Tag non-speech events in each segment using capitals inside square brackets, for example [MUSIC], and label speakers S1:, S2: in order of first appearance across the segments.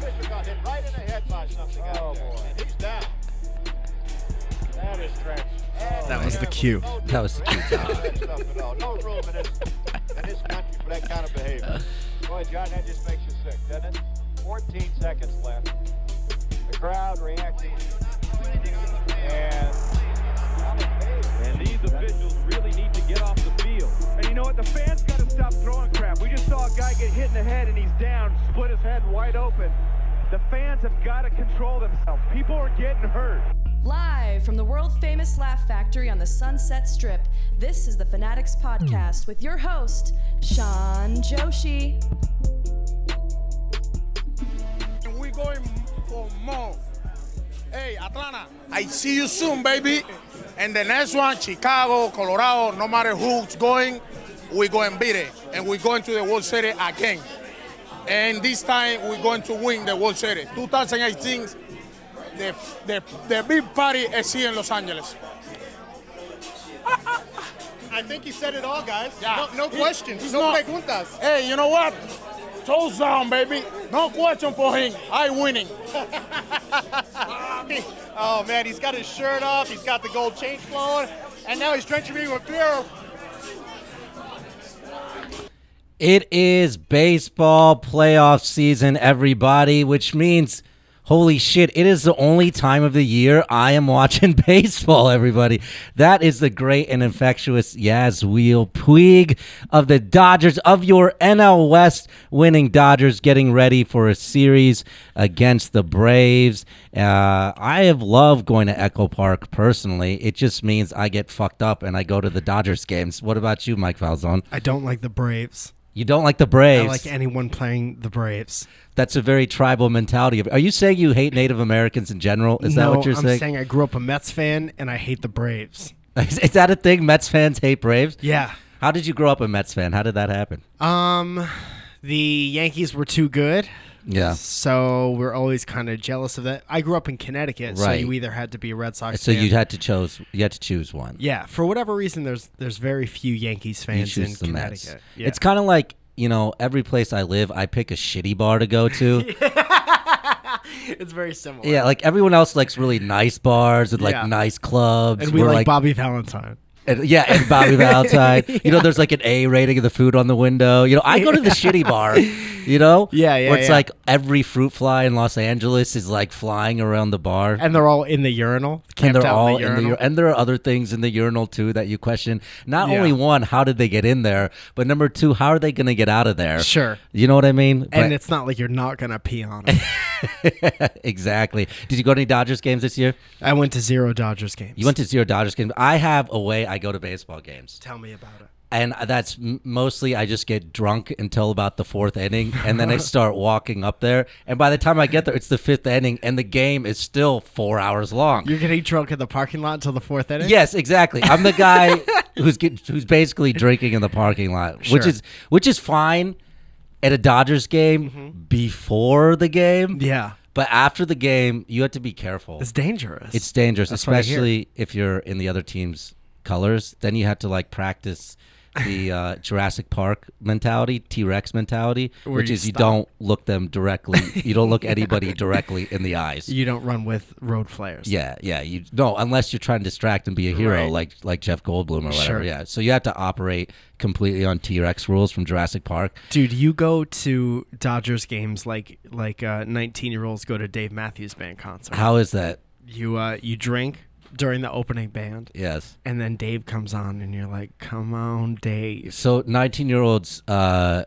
S1: been right in the head by something out
S2: Oh,
S1: there.
S2: boy.
S1: And he's down.
S2: That is trash.
S1: And
S3: That was the
S1: there
S3: cue.
S1: no room
S4: That was
S1: for
S4: the cue,
S1: any of that stuff at all. No room in this, in this country for that kind of behavior. Boy, John, that just makes you sick, doesn't it? 14 seconds left. The crowd reacting. And
S5: And these officials really need to get off the field.
S6: And you know what? The fans got to stop throwing crap. We just saw a guy get hit in the head and he's down, split his head wide open. The fans have got to control themselves. People are getting hurt.
S7: Live from the world famous Laugh Factory on the Sunset Strip, this is the Fanatics Podcast with your host, Sean Joshi.
S8: We're going for more. Hey, Atlanta, I see you soon, baby. And the next one, Chicago, Colorado, no matter who's going, we're going beat it. And we're going to the World Series again. And this time, we're going to win the World Series. 2018, the, the, the big party is here in Los Angeles.
S9: [LAUGHS] I think you said it all, guys.
S8: Yeah.
S9: No, no
S8: He-
S9: questions.
S8: he's
S9: no
S8: not- [LAUGHS]
S9: preguntas.
S8: Hey, you know what? Toes down, baby. No question for him. I winning.
S9: Oh man, he's got his shirt off. He's got the gold chain flowing, and now he's drenching me with beer.
S4: It is baseball playoff season, everybody, which means, holy shit, it is the only time of the year I am [LAUGHS] watching baseball, everybody. That is the great and infectious Yaz Wheel Puig of the Dodgers, of your NL West winning Dodgers, getting ready for a series against the Braves. Uh, I have loved going to Echo Park personally. It just means I get fucked up and I go to the Dodgers games. What about you, Mike Falzone?
S3: I don't like the Braves.
S4: You don't like the
S3: I
S4: Braves.
S3: don't like anyone playing the Braves.
S4: That's a very tribal mentality. of- Are you saying you hate Native Americans in general? Is
S3: no,
S4: that what you're
S3: I'm
S4: saying?
S3: saying I grew up a Mets fan and I hate the Braves.
S4: [LAUGHS] is, is that a thing? Mets fans hate Braves.
S3: Yeah.
S4: How did you grow up a Mets fan? How did that happen?
S3: Um, the Yankees were too good.
S4: Yeah.
S3: So we're always kind of jealous of that. I grew up in Connecticut, so
S4: Right.
S3: you either had to be a Red Sox.
S4: So
S3: fan.
S4: you had to chose. You had to choose one.
S3: Yeah, for whatever reason, there's there's very few Yankees
S4: You
S3: fans in
S4: choose the Mets.
S3: Connecticut. Yeah.
S4: It's kind of like you know every place I live, I pick a shitty bar to go
S3: [LAUGHS]
S4: to.
S3: it's very similar.
S4: yeah, like everyone else likes really nice bars with like
S3: Yeah.
S4: nice clubs.
S3: and we
S4: We're
S3: like, Bobby Valentine.
S4: And, yeah, and
S3: [LAUGHS]
S4: Bobby Valentine. You know, there's like an A rating of the food on the window. You know, I go to the shitty bar. You know,
S3: [LAUGHS] Yeah, yeah,
S4: Where it's
S3: yeah.
S4: like every fruit fly in Los Angeles is like flying around the bar,
S3: And they're all in the urinal.
S4: And
S3: camped out in the urinal.
S4: ur- and there are other things in the urinal too that you question. Not
S3: Yeah.
S4: only one, how did they get in there, but number two, how are they going to get out of there?
S3: Sure.
S4: you know what I mean.
S3: And
S4: But-
S3: it's not like you're not gonna
S4: [LAUGHS]
S3: pee on it.
S4: exactly. Did you go to any Dodgers games this year?
S3: I went to zero Dodgers games.
S4: You went to zero Dodgers games. I have a way I go to baseball games.
S3: tell me about it.
S4: and that's m- mostly I just get drunk until about the fourth inning, and
S3: [LAUGHS]
S4: then I start walking up there. And by the time I get there, it's the fifth inning, and the game is still four hours long.
S3: You're getting drunk in the parking lot until the fourth inning.
S4: yes, exactly. I'm the
S3: [LAUGHS]
S4: guy who's get, who's basically drinking in the parking lot, which
S3: Sure.
S4: is which is fine at a Dodgers game before the game.
S3: Mm-hmm. Yeah.
S4: but after the game, you have to be careful.
S3: It's dangerous.
S4: It's dangerous,
S3: That's what I hear.
S4: especially if you're in the other team's colors. Then you have to like practice
S3: [LAUGHS]
S4: the uh, Jurassic Park mentality, T Rex mentality,
S3: Where
S4: which
S3: you
S4: is you
S3: stop.
S4: don't look them
S3: [LAUGHS]
S4: directly. you don't look anybody directly in the eyes.
S3: You don't run with road flares.
S4: yeah, yeah. You no, unless you're trying to distract and be a hero
S3: Right.
S4: like like Jeff Goldblum or whatever.
S3: Sure.
S4: Yeah. So you have to operate completely on T Rex rules from Jurassic Park.
S3: Dude, you go to Dodgers games like like uh, 19 year olds go to Dave Matthews Band concert.
S4: How is that?
S3: you uh, you drink during the opening band,
S4: Yes.
S3: and then Dave comes on, and you're like, "Come on, Dave."
S4: So 19 year olds uh,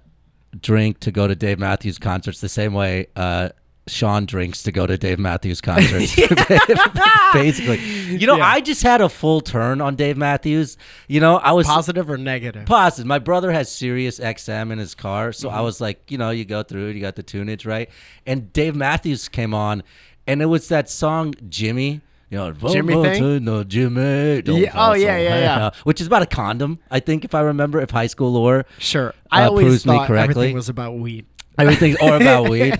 S4: drink to go to Dave Matthews concerts the same way uh, Sean drinks to go to Dave Matthews concerts. [LAUGHS] Basically. You know,
S3: Yeah.
S4: I just had a full turn on Dave Matthews. You know, I was
S3: Positive or negative?
S4: positive. My brother has Sirius XM in his car, so
S3: Mm-hmm.
S4: I was like, you know, you go through, you got the tunage right, and Dave Matthews came on, and it was that song Jimmy. You know,
S3: Jimmy
S4: "Vote
S3: thing?
S4: to no Jimmy. don't
S3: Yeah,
S4: fall
S3: oh, yeah,
S4: so
S3: yeah,
S4: high."
S3: yeah.
S4: Which is about a condom, I think, if I remember, if high school lore.
S3: sure. I
S4: uh,
S3: always
S4: proves me
S3: thought
S4: correctly.
S3: everything was about weed.
S4: Everything's all
S3: [LAUGHS]
S4: about weed.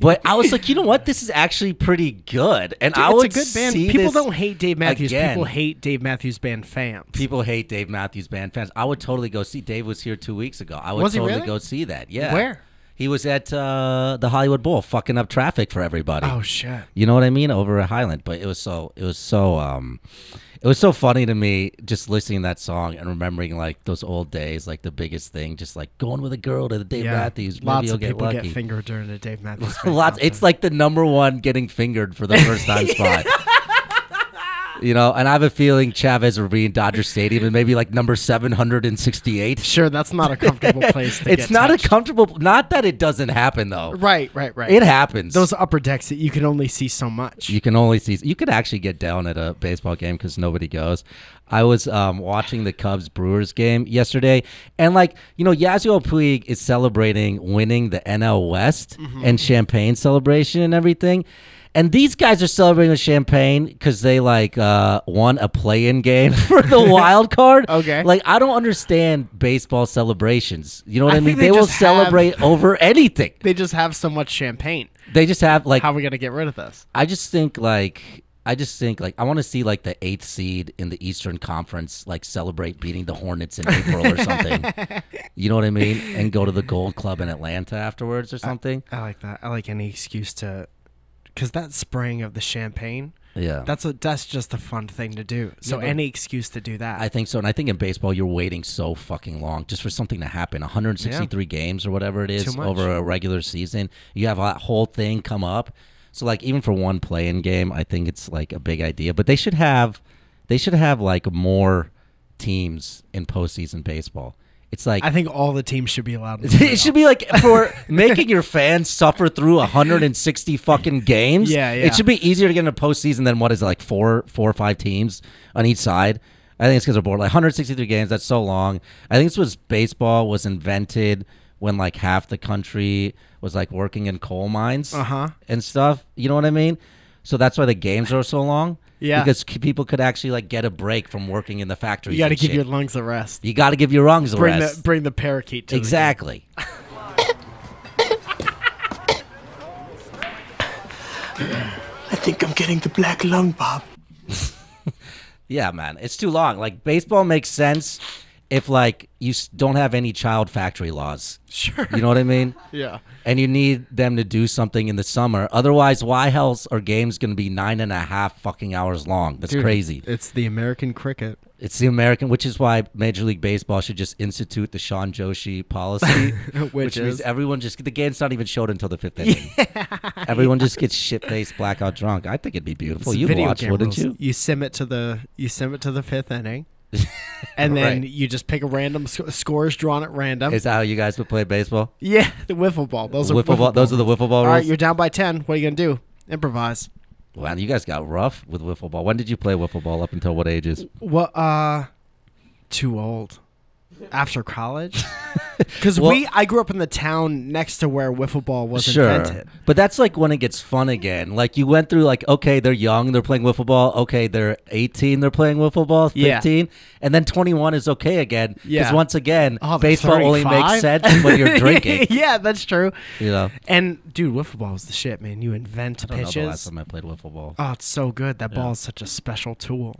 S4: But I was like, you know what? This is actually pretty good. And I
S3: it's
S4: would
S3: a good band.
S4: see
S3: People
S4: this
S3: don't hate Dave Matthews.
S4: again.
S3: People hate Dave Matthews Band fans.
S4: People hate Dave Matthews Band fans. I would totally go see. Dave was here two weeks ago. I would
S3: Was he
S4: totally
S3: really?
S4: go see that. Yeah.
S3: Where?
S4: He was at uh, the Hollywood Bowl, fucking up traffic for everybody.
S3: Oh shit.
S4: You know what I mean? Over at Highland, but it was so it was so um it was so funny to me just listening to that song and remembering like those old days, like the biggest thing, just like going with a girl to the Dave Matthews. Maybe
S3: Lots
S4: you'll
S3: of
S4: get
S3: people
S4: lucky.
S3: get fingered during a Dave Matthews.
S4: [LAUGHS]
S3: Band
S4: Lots.
S3: concert.
S4: It's like the number one getting fingered for the first time spot. You know, and I have a feeling Chavez will be in Dodger Stadium and maybe like number seven hundred and sixty-eight.
S3: sure that's not a [LAUGHS] comfortable place. to
S4: It's
S3: get
S4: not
S3: touched.
S4: a comfortable. Not that it doesn't happen though.
S3: right, right, right.
S4: It happens.
S3: Those upper decks that you can only see so much.
S4: You can only see. You could actually get down at a baseball game because nobody goes. I was um, watching the Cubs Brewers game yesterday, and like you know, Yasiel Puig is celebrating winning the NL West
S3: Mm-hmm.
S4: and champagne celebration and everything. And these guys are celebrating with champagne because they like uh, won a play-in game [LAUGHS] for
S3: [LAUGHS]
S4: the wild card.
S3: Okay.
S4: like I don't understand baseball celebrations. You know what
S3: I
S4: I,
S3: think
S4: mean?
S3: they
S4: They, will
S3: just have-
S4: celebrate over anything.
S3: they just have so much champagne.
S4: They just have like
S3: How are we gonna get rid of this?
S4: I just think like I just think like I want to see like the eighth seed in the Eastern Conference like celebrate beating the Hornets in April or something. You know what I mean? And go to the Gold Club in Atlanta afterwards or something.
S3: I like that. I like any excuse to, because that spraying of the champagne.
S4: Yeah,
S3: That's a that's just a fun thing to do. So any excuse to do that.
S4: I think so. And I think in baseball you're waiting so fucking long just for something to happen. 163 games or whatever it
S3: Too
S4: is
S3: much.
S4: over a regular season. You have that whole thing come up. So like even for one play-in game, I think it's like a big idea. But they should have, they should have like more teams in postseason baseball. It's like
S3: I think all the teams should be allowed. in the
S4: [LAUGHS] it should be like
S3: [LAUGHS]
S4: for making your fans suffer through 160 fucking games.
S3: Yeah, yeah.
S4: It should be easier to get in a postseason than what is it, like four, four or five teams on each side. I think it's because they're bored. Like 163 games, that's so long. I think this was baseball was invented when like half the country was like working in coal mines
S3: Uh-huh.
S4: and stuff. You know what I mean? So that's why the games are so long.
S3: Yeah.
S4: because c- people could actually like get a break from working in the factories.
S3: You got to
S4: and
S3: give
S4: shit.
S3: your lungs a rest.
S4: you got to give your lungs a
S3: Bring
S4: rest.
S3: the bring the parakeet to the game.
S4: exactly.
S10: I think I'm getting the black lung, Bob.
S4: [LAUGHS] Yeah, man, it's too long. Like baseball makes sense if like you s- don't have any child factory laws. Sure. You know what
S10: [LAUGHS]
S4: I mean?
S3: Yeah.
S4: And you need them to do something in the summer. Otherwise, why hell's are games going to be nine and a half fucking hours long? That's crazy.
S3: It's the American cricket.
S4: It's the American, which is why Major League Baseball should just institute the Sean Joshi policy,
S3: [LAUGHS] Which is-
S4: means everyone just the game's not even showed until the fifth inning. Everyone just gets shit faced, blackout drunk. I think it'd be beautiful.
S3: It's
S4: You'd
S3: video
S4: watch,
S3: game
S4: wouldn't
S3: rules.
S4: you?
S3: You sim it to the you sim it to the
S4: [LAUGHS]
S3: fifth inning, and then
S4: Right.
S3: you just pick a random sc- scores drawn at random.
S4: Is that how you guys would play baseball?
S3: yeah, [LAUGHS] the wiffle ball. Those are
S4: Wiffle ball- those are the wiffle ball
S3: All right,
S4: rules?
S3: you're down by ten. What are you gonna do? Improvise.
S4: Wow, you guys got rough with wiffle ball. When did you play wiffle ball? Up until what ages?
S3: What? Uh, too old. After
S4: [LAUGHS]
S3: college, because
S4: Well-
S3: we I grew up in the town next to where wiffle ball was invented.
S4: but that's like when it gets fun again. Like you went through, like okay, they're young, they're playing wiffle ball. Okay, they're eighteen, they're playing wiffle ball.
S3: Yeah.
S4: Fifteen, and then twenty-one is okay again. Because
S3: Yeah.
S4: once again,
S3: Oh, they're
S4: baseball only makes
S3: 35?
S4: sense when
S3: [LAUGHS]
S4: you're drinking.
S3: yeah, that's true.
S4: You know,
S3: And dude, wiffle ball was the shit, man. You invent
S4: I don't know the last
S3: pitches.
S4: time I played wiffle ball.
S3: Oh, it's so good. That ball is such a special tool.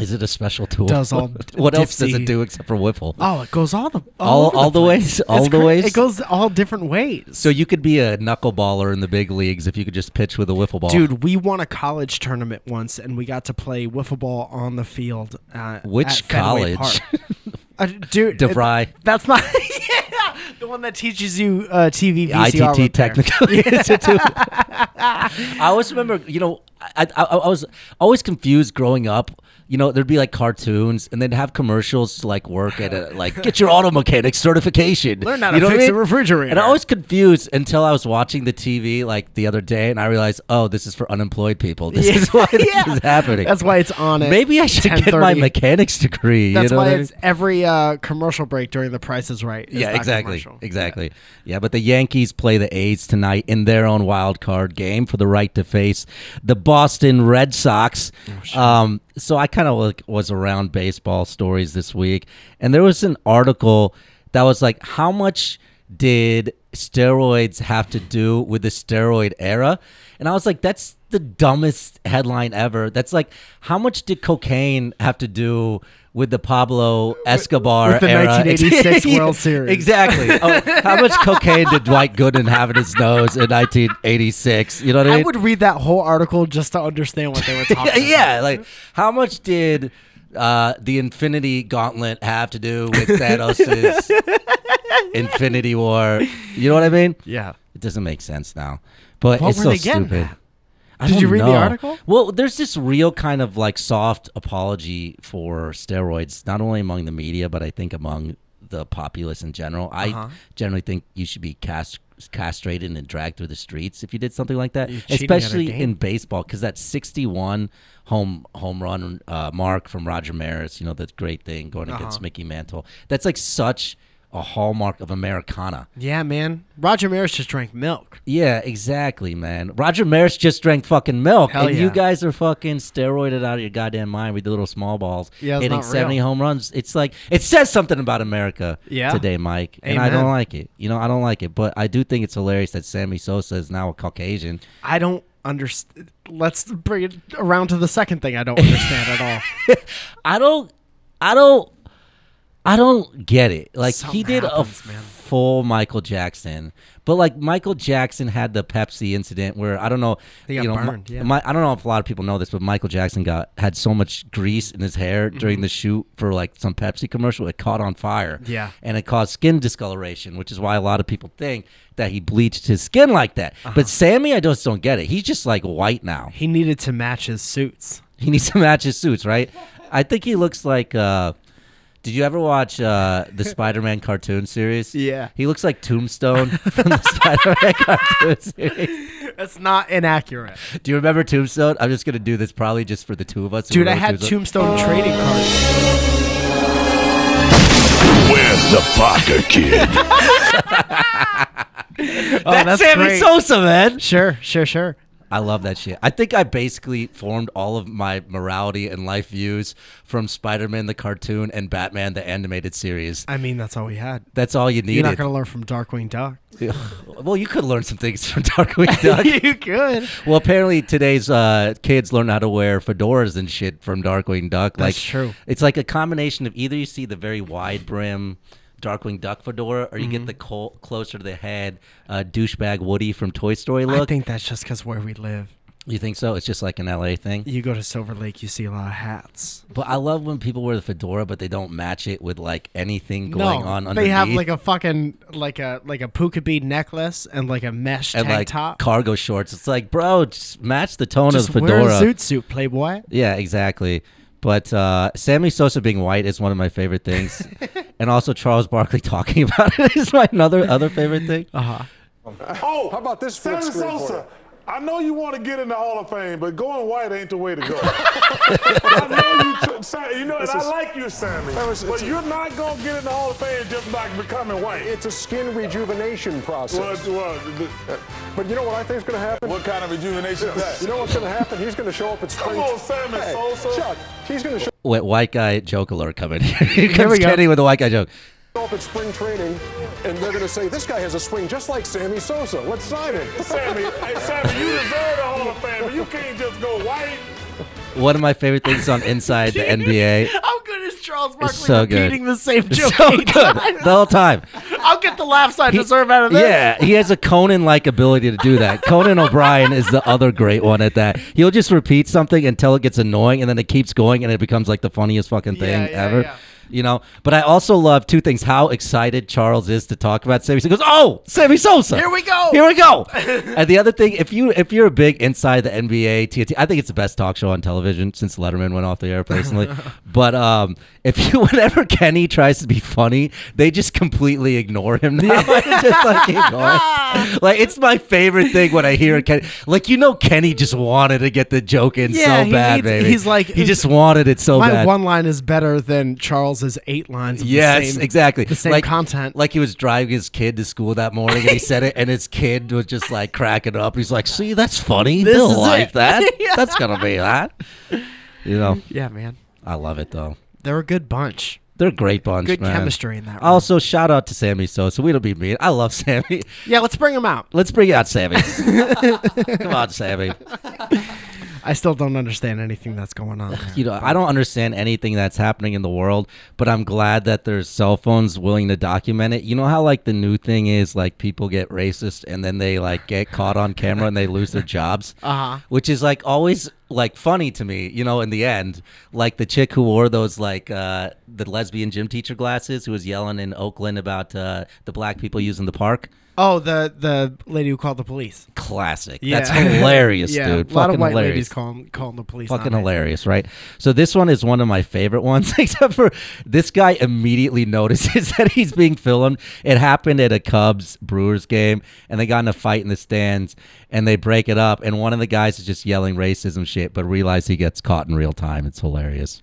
S4: Is it a special tool?
S3: Does all
S4: [LAUGHS] what else does
S3: dipsy-
S4: it do except for wiffle?
S3: Oh, it goes all the
S4: All-
S3: over
S4: all the
S3: place.
S4: ways? All
S3: It's
S4: the ways?
S3: It goes all different ways.
S4: So you could be a knuckleballer in the big leagues if you could just pitch with a wiffle ball.
S3: Dude, we won a college tournament once, and we got to play wiffle ball on the field. Uh,
S4: Which
S3: at Fenway
S4: college? [LAUGHS]
S3: Park. uh, dude, it-
S4: DeVry.
S3: that's not. [LAUGHS] yeah, the one that teaches you uh, TV VCR
S4: ITT
S3: repair.
S4: Technical [LAUGHS] Institute. I always remember, you know, I, I, I was always confused growing up. You know, there'd be like cartoons, and then have commercials to like work at a like get your auto mechanic certification.
S3: [LAUGHS] Learn how
S4: You
S3: to
S4: know what I
S3: fix
S4: mean?
S3: a refrigerator.
S4: And I was confused until I was watching the TV like the other day, and I realized, oh, this is for unemployed people. This is why this
S3: [LAUGHS] Yeah.
S4: is happening.
S3: That's why it's on it.
S4: Maybe I should get my
S3: 10:30.
S4: mechanics degree. you
S3: That's
S4: know
S3: why
S4: what I
S3: it's
S4: mean?
S3: every uh, commercial break during The Price is Right. is
S4: yeah,
S3: that
S4: exactly,
S3: commercial.
S4: exactly. Yeah. but the Yankees play the A's tonight in their own wild card game for the right to face the Boston Red Sox. um, so I kind of like, was around baseball stories this week, and there was an article that was like, "How much did steroids have to do with the steroid era? And I was like, that's the dumbest headline ever. That's like, how much did cocaine have to do with the Pablo Escobar
S3: with the
S4: era? [LAUGHS]
S3: 1986 World Series.
S4: Exactly. Oh,
S3: [LAUGHS]
S4: how much cocaine did Dwight Gooden have in his nose in 1986? You know what I
S3: I
S4: mean?
S3: would read that whole article just to understand what
S4: [LAUGHS]
S3: they were talking about.
S4: yeah, like how much did uh, the Infinity Gauntlet have to do with
S3: [LAUGHS]
S4: Thanos' Infinity War? You know what I mean?
S3: Yeah.
S4: It doesn't make sense now, but
S3: What
S4: it's
S3: were
S4: so
S3: they getting
S4: stupid.
S3: at?
S4: I
S3: Did you
S4: don't
S3: read the
S4: know.
S3: article?
S4: Well, there's this real kind of like soft apology for steroids, not only among the media, but I think among the populace in general. I
S3: Uh-huh.
S4: generally think you should be cast, castrated and dragged through the streets if you did something like that,
S3: You're cheating at a
S4: especially
S3: game.
S4: in baseball, because that 61 home home run uh, mark from Roger Maris, you know, that great thing going against
S3: Uh-huh.
S4: Mickey Mantle. That's like such a hallmark of Americana.
S3: Yeah, man. Roger Maris just drank milk.
S4: Yeah, exactly, man. Roger Maris just drank fucking milk,
S3: Hell
S4: and you
S3: yeah.
S4: guys are fucking steroided out of your goddamn mind with the little small balls,
S3: Yeah, it's
S4: hitting
S3: not real.
S4: seventy home runs. It's like it says something about America
S3: Yeah.
S4: today, Mike, and I
S3: Amen.
S4: don't like it. You know, I don't like it, but I do think it's hilarious that Sammy Sosa is now a Caucasian.
S3: I don't understand. Let's bring it around to the second thing I don't understand at
S4: [LAUGHS]
S3: all.
S4: I don't, I don't, I don't get it. Like he
S3: Something
S4: did
S3: happens,
S4: a
S3: man.
S4: full Michael Jackson, but like Michael Jackson had the Pepsi incident where I don't know,
S3: They got
S4: you know, Mi-
S3: burned, yeah.
S4: Mi- I don't know if a lot of people know this, but Michael Jackson got had so much grease in his hair
S3: Mm-hmm.
S4: during the shoot for like some Pepsi commercial, it caught on fire.
S3: Yeah.
S4: and it caused skin discoloration, which is why a lot of people think that he bleached his skin like that.
S3: Uh-huh.
S4: But Sammy, I just don't get it. He's just like white now.
S3: He needed to match his suits.
S4: [LAUGHS] He needs to match his suits, right? I think he looks like. Uh, did you ever watch uh, the Spider-Man cartoon series?
S3: Yeah.
S4: He looks like Tombstone [LAUGHS] from the Spider-Man [LAUGHS] cartoon series.
S3: That's not inaccurate.
S4: Do you remember Tombstone? I'm just gonna do this probably just for the two of us. who
S3: Dude, I
S4: remember
S3: had Tombstone trading cards.
S11: Where's the Parker
S3: [LAUGHS]
S11: kid?
S3: Oh,
S4: that's, Sammy
S3: great.
S4: Sosa, man.
S3: Sure, sure, sure.
S4: I love that shit. I think I basically formed all of my morality and life views from Spider-Man the cartoon and Batman the animated series.
S3: I mean, that's all we had.
S4: That's all you
S3: You're not
S4: needed.
S3: going to learn from Darkwing Duck.
S4: [LAUGHS] well, you could learn some things from Darkwing
S3: [LAUGHS]
S4: Duck.
S3: you could.
S4: Well, apparently today's uh, kids learn how to wear fedoras and shit from Darkwing Duck. like,
S3: That's true.
S4: It's like a combination of either you see the very wide brim Darkwing Duck fedora, or you
S3: Mm-hmm.
S4: get the col- closer to the head uh, douchebag Woody from Toy Story
S3: I
S4: look.
S3: think that's just because where we live.
S4: you think so? It's just like an LA thing.
S3: You go to Silver Lake, you see a lot of hats.
S4: But I love when people wear the fedora, but they don't match it with like anything going on underneath.
S3: they have like a fucking like a like a puka bead necklace and like a mesh
S4: and
S3: tank
S4: like
S3: top.
S4: cargo shorts. It's like, bro, just match the tone
S3: Just
S4: of the fedora.
S3: wear a zoot suit, playboy.
S4: Yeah, exactly. But uh, Sammy Sosa being white is one of my favorite
S3: [LAUGHS]
S4: things, and also Charles Barkley [LAUGHS] talking about it is my another other favorite thing.
S3: Uh-huh.
S12: Oh, how about this
S13: flip
S12: Sammy
S13: screen for
S12: Sosa, I know you want to get in the Hall of Fame, but going white ain't the way
S13: [LAUGHS]
S12: to go. I know you, t- Sa- you know, and
S13: It's
S12: I
S13: a-
S12: like you, Sammy,
S13: No, it's-
S12: but
S13: it's a-
S12: you're not gonna get in the Hall of Fame just by becoming white.
S13: It's a skin rejuvenation
S12: Well,
S13: process.
S12: well, the-
S13: But you know what I think is going to happen?
S12: what kind of rejuvenation is that?
S13: You know what's going to happen? He's going to show up at spring.
S12: Come on, Sammy
S13: Hey,
S12: Sosa.
S13: Chuck, he's going to show
S4: Wait, white guy joke alert coming. [LAUGHS] Here
S3: we go.
S4: with the white guy joke.
S13: up at spring training, and they're going to say, this guy has a swing just like Sammy Sosa. Let's sign him.
S12: [LAUGHS] Sammy, hey, Sammy, you deserve the Hall of Fame, but you can't just go white.
S4: One of my favorite things on Inside
S3: [LAUGHS]
S4: the NBA.
S3: How good is Charles Barkley
S4: It's so good.
S3: repeating the same
S4: It's
S3: joke?
S4: so
S3: eight
S4: good
S3: times?
S4: the whole time.
S3: I'll get the laughs I deserve out of this.
S4: Yeah, he has a Conan-like ability to do
S3: [LAUGHS]
S4: that. Conan O'Brien is the other great one at that. He'll just repeat something until it gets annoying, and then it keeps going, and it becomes like the funniest fucking thing
S3: Yeah, yeah,
S4: ever.
S3: yeah.
S4: You know, but I also love two things: how excited Charles is to talk about Sammy. He goes, "Oh, Sammy Sosa!
S3: Here we go!"
S4: Here we
S3: [LAUGHS]
S4: go!" and the other thing, if you if you're a big inside the NBA TNT, I think it's the best talk show on television since Letterman went off the air,
S3: [LAUGHS]
S4: personally. but um, if you [LAUGHS] whenever Kenny tries to be funny, they just completely ignore him now. [LAUGHS] It's just like, keep
S3: [LAUGHS]
S4: going. like it's my favorite thing when I hear Kenny. Like you know, Kenny just wanted to get the joke in
S3: Yeah,
S4: so
S3: he
S4: bad,
S3: needs-
S4: baby.
S3: he's like-
S4: he just wanted it so
S3: My
S4: bad.
S3: one line is better than Charles's eight lines. Of
S4: Yes,
S3: the same,
S4: exactly.
S3: The same
S4: like,
S3: content.
S4: Like he was driving his kid to school that morning, and he said it, and his kid was just like cracking up. He's like, "See, that's funny.
S3: This
S4: They'll
S3: is
S4: like
S3: it." [LAUGHS]
S4: that. That's gonna be that." You know,
S3: yeah, man,
S4: I love it though.
S3: they're a good bunch.
S4: They're a great bunch,
S3: Good
S4: man.
S3: chemistry in that room.
S4: Also, shout out to Sammy Sosa. We don't be mean. I love Sammy. [LAUGHS]
S3: Yeah, let's bring him out.
S4: Let's bring out
S3: [LAUGHS]
S4: Sammy. Come on, Sammy.
S3: I still don't understand anything that's
S4: [LAUGHS]
S3: going on. there.
S4: You know, I don't understand anything that's happening in the world, but I'm glad that there's cell phones willing to document it. You know how like the new thing is like people get racist and then they like get caught on camera and they lose their jobs,
S3: [LAUGHS] Uh-huh.
S4: which is like always like funny to me. You know, in the end, like the chick who wore those like uh, the lesbian gym teacher glasses who was yelling in Oakland about uh, the black people using the park.
S3: Oh, the the lady who called the police.
S4: Classic.
S3: Yeah. [LAUGHS]
S4: That's hilarious,
S3: Yeah,
S4: dude.
S3: A lot
S4: Fucking
S3: of white
S4: hilarious.
S3: ladies calling calling the police.
S4: Fucking
S3: on it.
S4: hilarious, right? So this one is one of my favorite ones, [LAUGHS] except for this guy immediately notices [LAUGHS] that he's being filmed. It happened at a Cubs Brewers game, and they got in a fight in the stands, and they break it up, and one of the guys is just yelling racism shit, but realize he gets caught in real time. It's hilarious.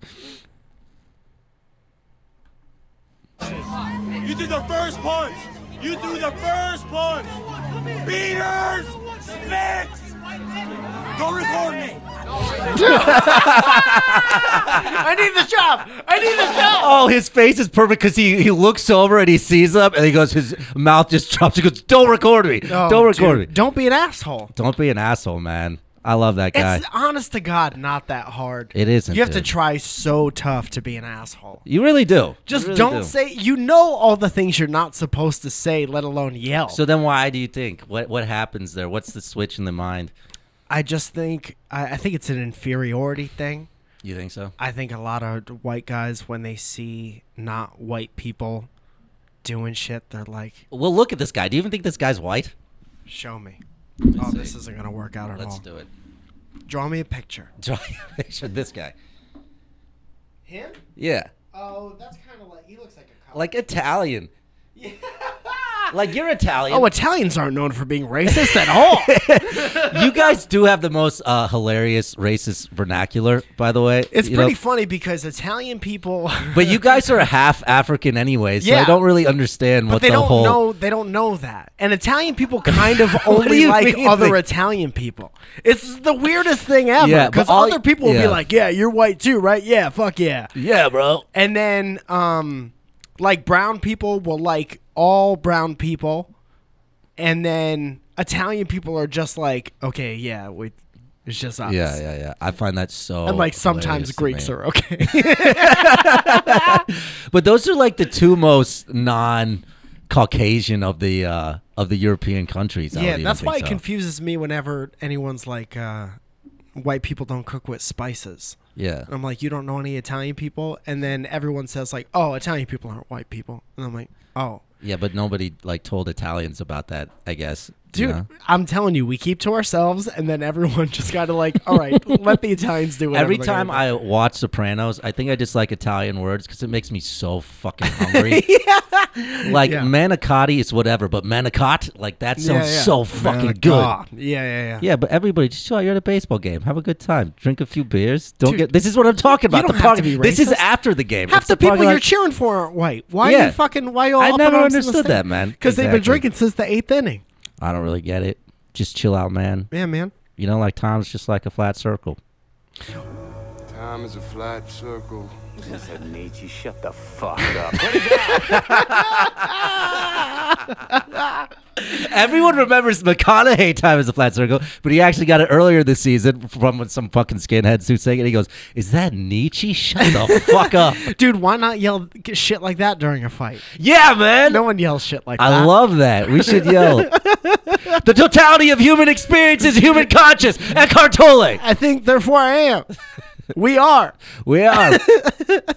S9: You threw the first punch. You threw the first punch. Beaters, Smiths. Don't record me.
S2: I need the job. I need the job.
S4: Oh, his face is perfect because he, he looks over and he sees up, and he goes, his mouth just drops. He goes, "Don't record me!
S3: Oh,
S4: [LAUGHS] Don't record
S3: dude,
S4: me!
S3: Don't be an asshole.
S4: Don't be an asshole, man." I love that guy.
S3: It's honest to God not that hard.
S4: It isn't,
S3: You have to
S4: dude.
S3: try so tough to be an asshole.
S4: you really do.
S3: Just
S4: You really
S3: don't
S4: do.
S3: say you know all the things you're not supposed to say, let alone yell.
S4: So then, why do you think what what happens there? What's the switch in the mind?
S3: I just think I, I think it's an inferiority thing.
S4: You think so?
S3: I think a lot of white guys when they see not white people doing shit, they're like,
S4: Well, look at this guy. Do you even think this guy's white?
S3: "Show me."
S4: Let me
S3: Oh,
S4: see.
S3: this isn't gonna work out at
S4: Let's
S3: all.
S4: do it.
S3: Draw me a picture.
S4: [LAUGHS] Draw a picture of this guy.
S3: Him?
S4: Yeah,
S3: Oh, that's kind of like he looks like a
S4: like [LAUGHS] Italian. like you're Italian.
S3: Oh, Italians aren't known for being racist at
S4: [LAUGHS]
S3: all.
S4: you guys do have the most uh, hilarious racist vernacular, by the way. [LAUGHS]
S3: It's
S4: You know,
S3: pretty funny because Italian people,
S4: [LAUGHS] But
S3: [LAUGHS]
S4: you guys are half African anyway, so I
S3: Yeah.
S4: don't really understand
S3: but
S4: what
S3: they
S4: the
S3: don't
S4: whole.
S3: know they don't know that. And Italian people kind of
S4: [LAUGHS] What do
S3: [LAUGHS] only
S4: you
S3: like
S4: mean
S3: other
S4: they-
S3: Italian people. It's the weirdest thing ever
S4: Yeah, but
S3: because
S4: all-
S3: other people will
S4: yeah.
S3: be like, "Yeah, you're white too, right? Yeah, fuck yeah."
S4: Yeah, bro.
S3: And then, um, like brown people will like all brown people, and then Italian people are just like, "Okay, yeah, we, it's just us."
S4: Yeah, yeah, yeah. I find that so.
S3: And like sometimes
S4: hilarious to
S3: Greeks
S4: me. [LAUGHS]
S3: are okay.
S4: But those are like the two most non-Caucasian of the uh, of the European countries. I would
S3: yeah,
S4: even
S3: that's
S4: think
S3: why it
S4: so.
S3: confuses me whenever anyone's like, uh, white people don't cook with spices.
S4: Yeah.
S3: And I'm like, you don't know any Italian people? And then everyone says, like, oh, Italian people aren't white people. And I'm like, oh.
S4: Yeah, but nobody like told Italians about that. I guess, you
S3: Dude,
S4: know?
S3: I'm telling you, we keep to ourselves, and then everyone [LAUGHS] just got to, like, all right, let the Italians do whatever
S4: Every
S3: they're gonna
S4: time
S3: do."
S4: I watch Sopranos, I think I just like Italian words because it makes me so
S3: [LAUGHS]
S4: fucking hungry. Like
S3: Yeah.
S4: manicotti is whatever, but manicotti, like that
S3: Yeah,
S4: sounds
S3: yeah.
S4: so fucking
S3: Manicotti.
S4: good.
S3: Yeah, yeah, yeah.
S4: Yeah, but everybody, just chill out. You're at a baseball game. Have a good time. Drink a few beers. Don't
S3: Dude,
S4: get. This is what I'm talking about.
S3: don't
S4: the
S3: have to
S4: party-
S3: be
S4: This is
S3: racist.
S4: after the game.
S3: Half
S4: It's
S3: the
S4: party,
S3: people you're
S4: like-
S3: cheering for aren't white. Why are
S4: Yeah.
S3: you fucking, why you all
S4: I
S3: up
S4: never
S3: in arms in this
S4: understood
S3: thing?
S4: that, man.
S3: Because they've been
S4: Exactly.
S3: drinking since the eighth inning.
S4: I don't really get it. Just chill out, man.
S3: Yeah, man.
S4: You know, like time's just like a flat circle.
S14: Time is a flat circle. Mr. Nietzsche, shut the fuck up.
S4: Everyone remembers McConaughey time as a flat circle, but he actually got it earlier this season from some fucking skinheads who sang it. He goes, "Is that Nietzsche? Shut
S14: [LAUGHS]
S4: the fuck up!"
S3: Dude, why not yell g- shit like that during a fight?
S4: Yeah, man.
S3: No one yells shit like that.
S4: I love that. We should yell. the totality of human experience is human conscious. Eckhart Tolle.
S3: I think, therefore, I am. [LAUGHS] We are.
S4: We are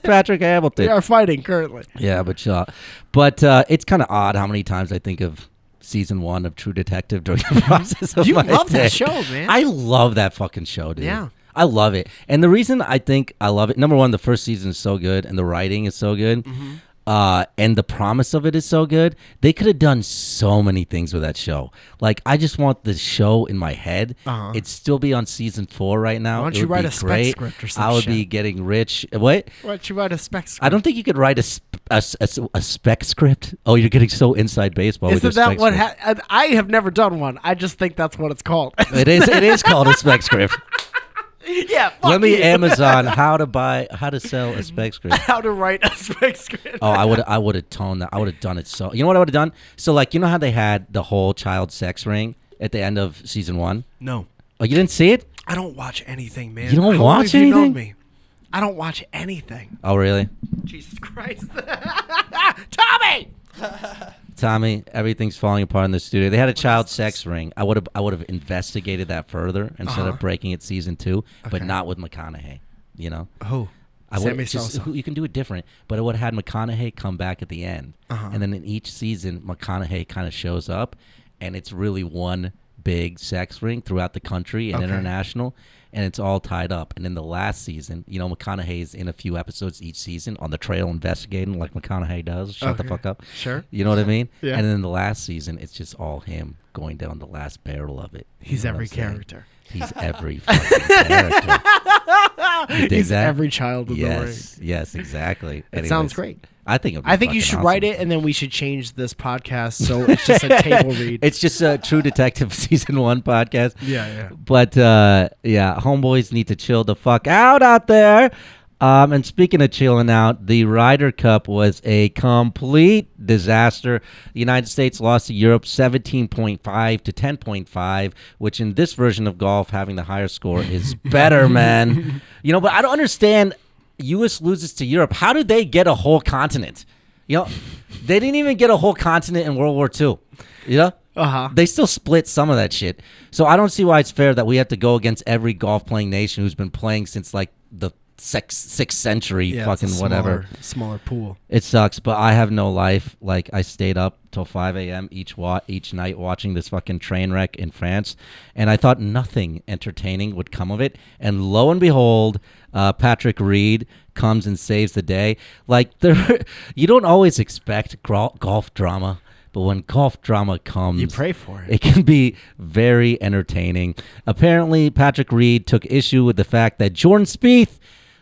S4: Patrick
S3: We
S4: Hamilton.
S3: are fighting currently.
S4: Yeah, but uh, but uh, it's kind of odd how many times I think of season one of True Detective during the [LAUGHS] process of
S3: You
S4: my
S3: love
S4: day.
S3: that show, man.
S4: I love that fucking show, dude.
S3: Yeah.
S4: I love it, and the reason I think I love it, number one, the first season is so good, and the writing is so good,
S3: Mm-hmm.
S4: uh, and the promise of it is so good. They could have done so many things with that show. Like, I just want the show in my head.
S3: Uh-huh.
S4: It'd still be on season four right now.
S3: Why don't
S4: It
S3: you
S4: would
S3: write
S4: be
S3: a spec
S4: great.
S3: script or some
S4: I would
S3: shit?
S4: be getting rich. What?
S3: Why don't you write a spec script?
S4: I don't think you could write a, sp- a, s- a s- a spec script. Oh, you're getting so inside baseball. with your
S3: Isn't that
S4: spec
S3: what?
S4: script.
S3: Ha- and I have never done one. I just think that's what it's called. [LAUGHS]
S4: it is? It is called a spec script.
S2: yeah. Fuck
S4: Let
S3: [LAUGHS]
S4: me
S2: you.
S4: Amazon how to buy how to sell a spec script.
S3: How to write a spec script?
S4: Oh, I would I would have toned that. I would have done it so. You know what I would have done? So like you know how they had the whole child sex ring at the end of season one.
S3: No.
S4: Oh, you didn't see it?
S3: I don't watch anything, man.
S4: You don't
S3: I hope
S4: watch
S3: if you know
S4: anything?
S3: me. I don't watch anything.
S4: Oh, really?
S3: Jesus Christ, [LAUGHS] Tommy!
S4: Tommy, everything's falling apart in the studio. They had a child sex ring. I would have I would have investigated that further instead
S3: Uh-huh.
S4: of breaking it season two, but
S3: Okay.
S4: not with McConaughey. You know.
S3: Who?
S4: I
S3: Sammy
S4: would just,
S3: Sosa.
S4: who- you can do it different, but I would have had McConaughey come back at the end,
S3: Uh-huh.
S4: and then in each season, McConaughey kind of shows up, and it's really one big sex ring throughout the country and
S3: Okay.
S4: international, and it's all tied up. And in the last season, you know, McConaughey's in a few episodes each season on the trail investigating, like McConaughey does. Shut the
S3: Okay.
S4: fuck up.
S3: Sure.
S4: You know what I mean?
S3: Yeah.
S4: And then the last season, it's just all him going down the last barrel of it. You
S3: He's
S4: know what
S3: every
S4: I'm saying?
S3: character.
S4: He's every fucking
S3: [LAUGHS]
S4: character. You dig
S3: He's
S4: that?
S3: every child with the ring.
S4: yes, Yes, exactly.
S3: It
S4: Anyways,
S3: sounds great.
S4: I think it'd be
S3: I think you
S4: fucking
S3: should
S4: awesome.
S3: write it, and then we should change this podcast so it's
S4: [LAUGHS]
S3: just a table read.
S4: It's just a True Detective [LAUGHS] season one podcast.
S3: Yeah, yeah.
S4: But uh, yeah, homeboys need to chill the fuck out out there. Um, and speaking of chilling out, the Ryder Cup was a complete disaster. The United States lost to Europe 17.5 to 10.5, which in this version of golf, having the higher score is better, man. You know, but I don't understand. U.S. loses to Europe. How did they get a whole continent? You know, they didn't even get a whole continent in World War II. You know?
S3: Uh-huh.
S4: They still split some of that shit. So I don't see why it's fair that we have to go against every golf playing nation who's been playing since like the sixth, sixth century,
S3: Yeah, it's a
S4: fucking whatever.
S3: smaller- smaller pool.
S4: [LAUGHS] It sucks, but I have no life. Like I stayed up till 5 a.m. each wa- each night watching this fucking train wreck in France, and I thought nothing entertaining would come of it. And lo and behold, uh, Patrick Reed comes and saves the day. Like [LAUGHS] there, you don't always expect gro- golf drama. But when golf drama comes,
S3: You pray for
S4: [LAUGHS]
S3: it.
S4: It can be very entertaining. Apparently, Patrick Reed took issue with the fact that Jordan Spieth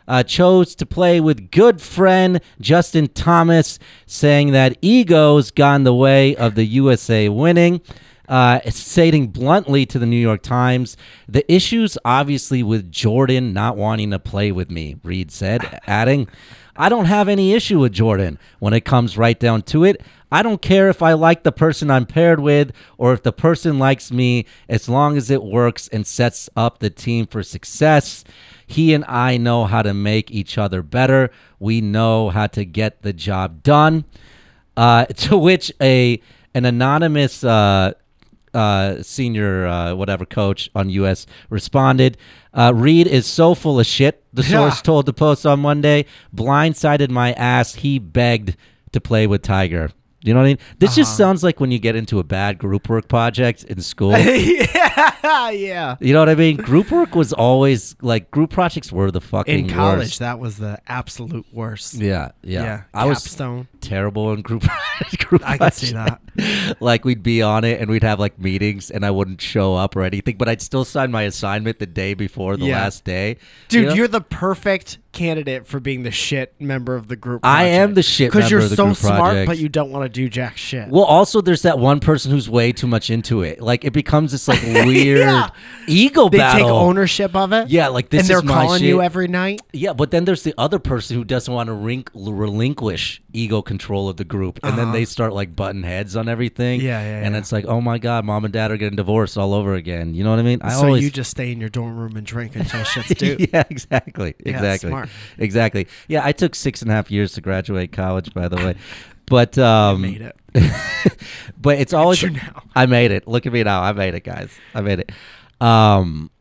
S4: uh, chose to play with good friend Justin Thomas, saying that ego's gone the way of the USA winning. Uh, stating bluntly to the New York Times, the issues obviously with Jordan not wanting to play with me, Reed said, adding, I don't have any issue with Jordan when it comes right down to it. I don't care if I like the person I'm paired with or if the person likes me, as long as it works and sets up the team for success. He and I know how to make each other better. We know how to get the job done. Uh, [LAUGHS] to which a an anonymous uh, uh, senior uh, whatever coach on US responded. Uh, Reed is so full of shit. The source told the Post on Monday, blindsided my ass. He begged to play with Tiger. You know what I mean? This just
S3: Uh-huh.
S4: sounds like when you get into a bad group work project in
S3: [LAUGHS]
S4: school.
S3: yeah, yeah.
S4: You know what I mean? Group work was always like group projects were the fucking
S3: In college,
S4: worst.
S3: that was the absolute worst.
S4: Yeah, yeah.
S3: yeah.
S4: I was
S3: Capstone.
S4: terrible in group. [LAUGHS] group
S3: I can see
S4: project. [LAUGHS] like we'd be on it and we'd have like meetings, and I wouldn't show up or anything, but I'd still sign my assignment the day before the
S3: Yeah.
S4: last day.
S3: Dude,
S4: You know?
S3: you're the perfect candidate for being the shit member of the group.
S4: I am the shit
S3: because
S4: member
S3: you're
S4: of the
S3: so
S4: group
S3: smart,
S4: project.
S3: but you don't want to do jack shit.
S4: Well, also there's that one person who's way too much into it. Like it becomes this
S3: [LAUGHS]
S4: like weird ego
S3: they
S4: battle.
S3: take ownership of it.
S4: Yeah, like this
S3: and they're
S4: is my
S3: calling you
S4: shit.
S3: every night.
S4: Yeah, but then there's the other person who doesn't want to rink- relinquish ego control of the group, and then
S3: Uh-huh.
S4: they start like butting heads on everything.
S3: Yeah, yeah,
S4: And
S3: yeah.
S4: it's like, oh my god, mom and dad are getting divorced all over again. You know what I mean? I
S3: so
S4: always
S3: you just stay in your dorm room and
S4: [LAUGHS]
S3: drink until shit's due.
S4: yeah, exactly,
S3: Yeah,
S4: exactly,
S3: smart.
S4: exactly. Yeah, I took six and a half years to graduate college, by the
S3: [LAUGHS]
S4: way, but um,
S3: made it.
S4: [LAUGHS] but it's always
S3: you now.
S4: I made it. Look at me now. I made it, guys. I made it. Um,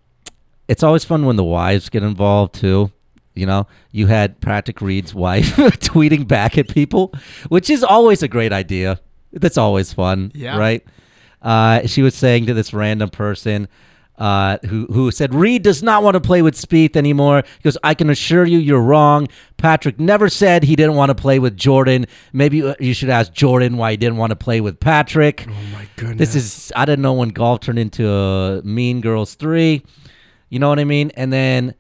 S4: it's always fun when the wives get involved too. You know, you had Patrick Reed's wife [LAUGHS] tweeting back at people, which is always a great idea. That's always fun,
S3: Yeah.
S4: right? Uh, she was saying to this random person uh, who who said Reed does not want to play with Spieth anymore. He goes, I can assure you, you're wrong. Patrick never said he didn't want to play with Jordan. Maybe you- you should ask Jordan why he didn't want to play with Patrick. Oh my
S3: goodness.
S4: This is I didn't know when golf turned into uh, Mean Girls three. You know what I mean? And then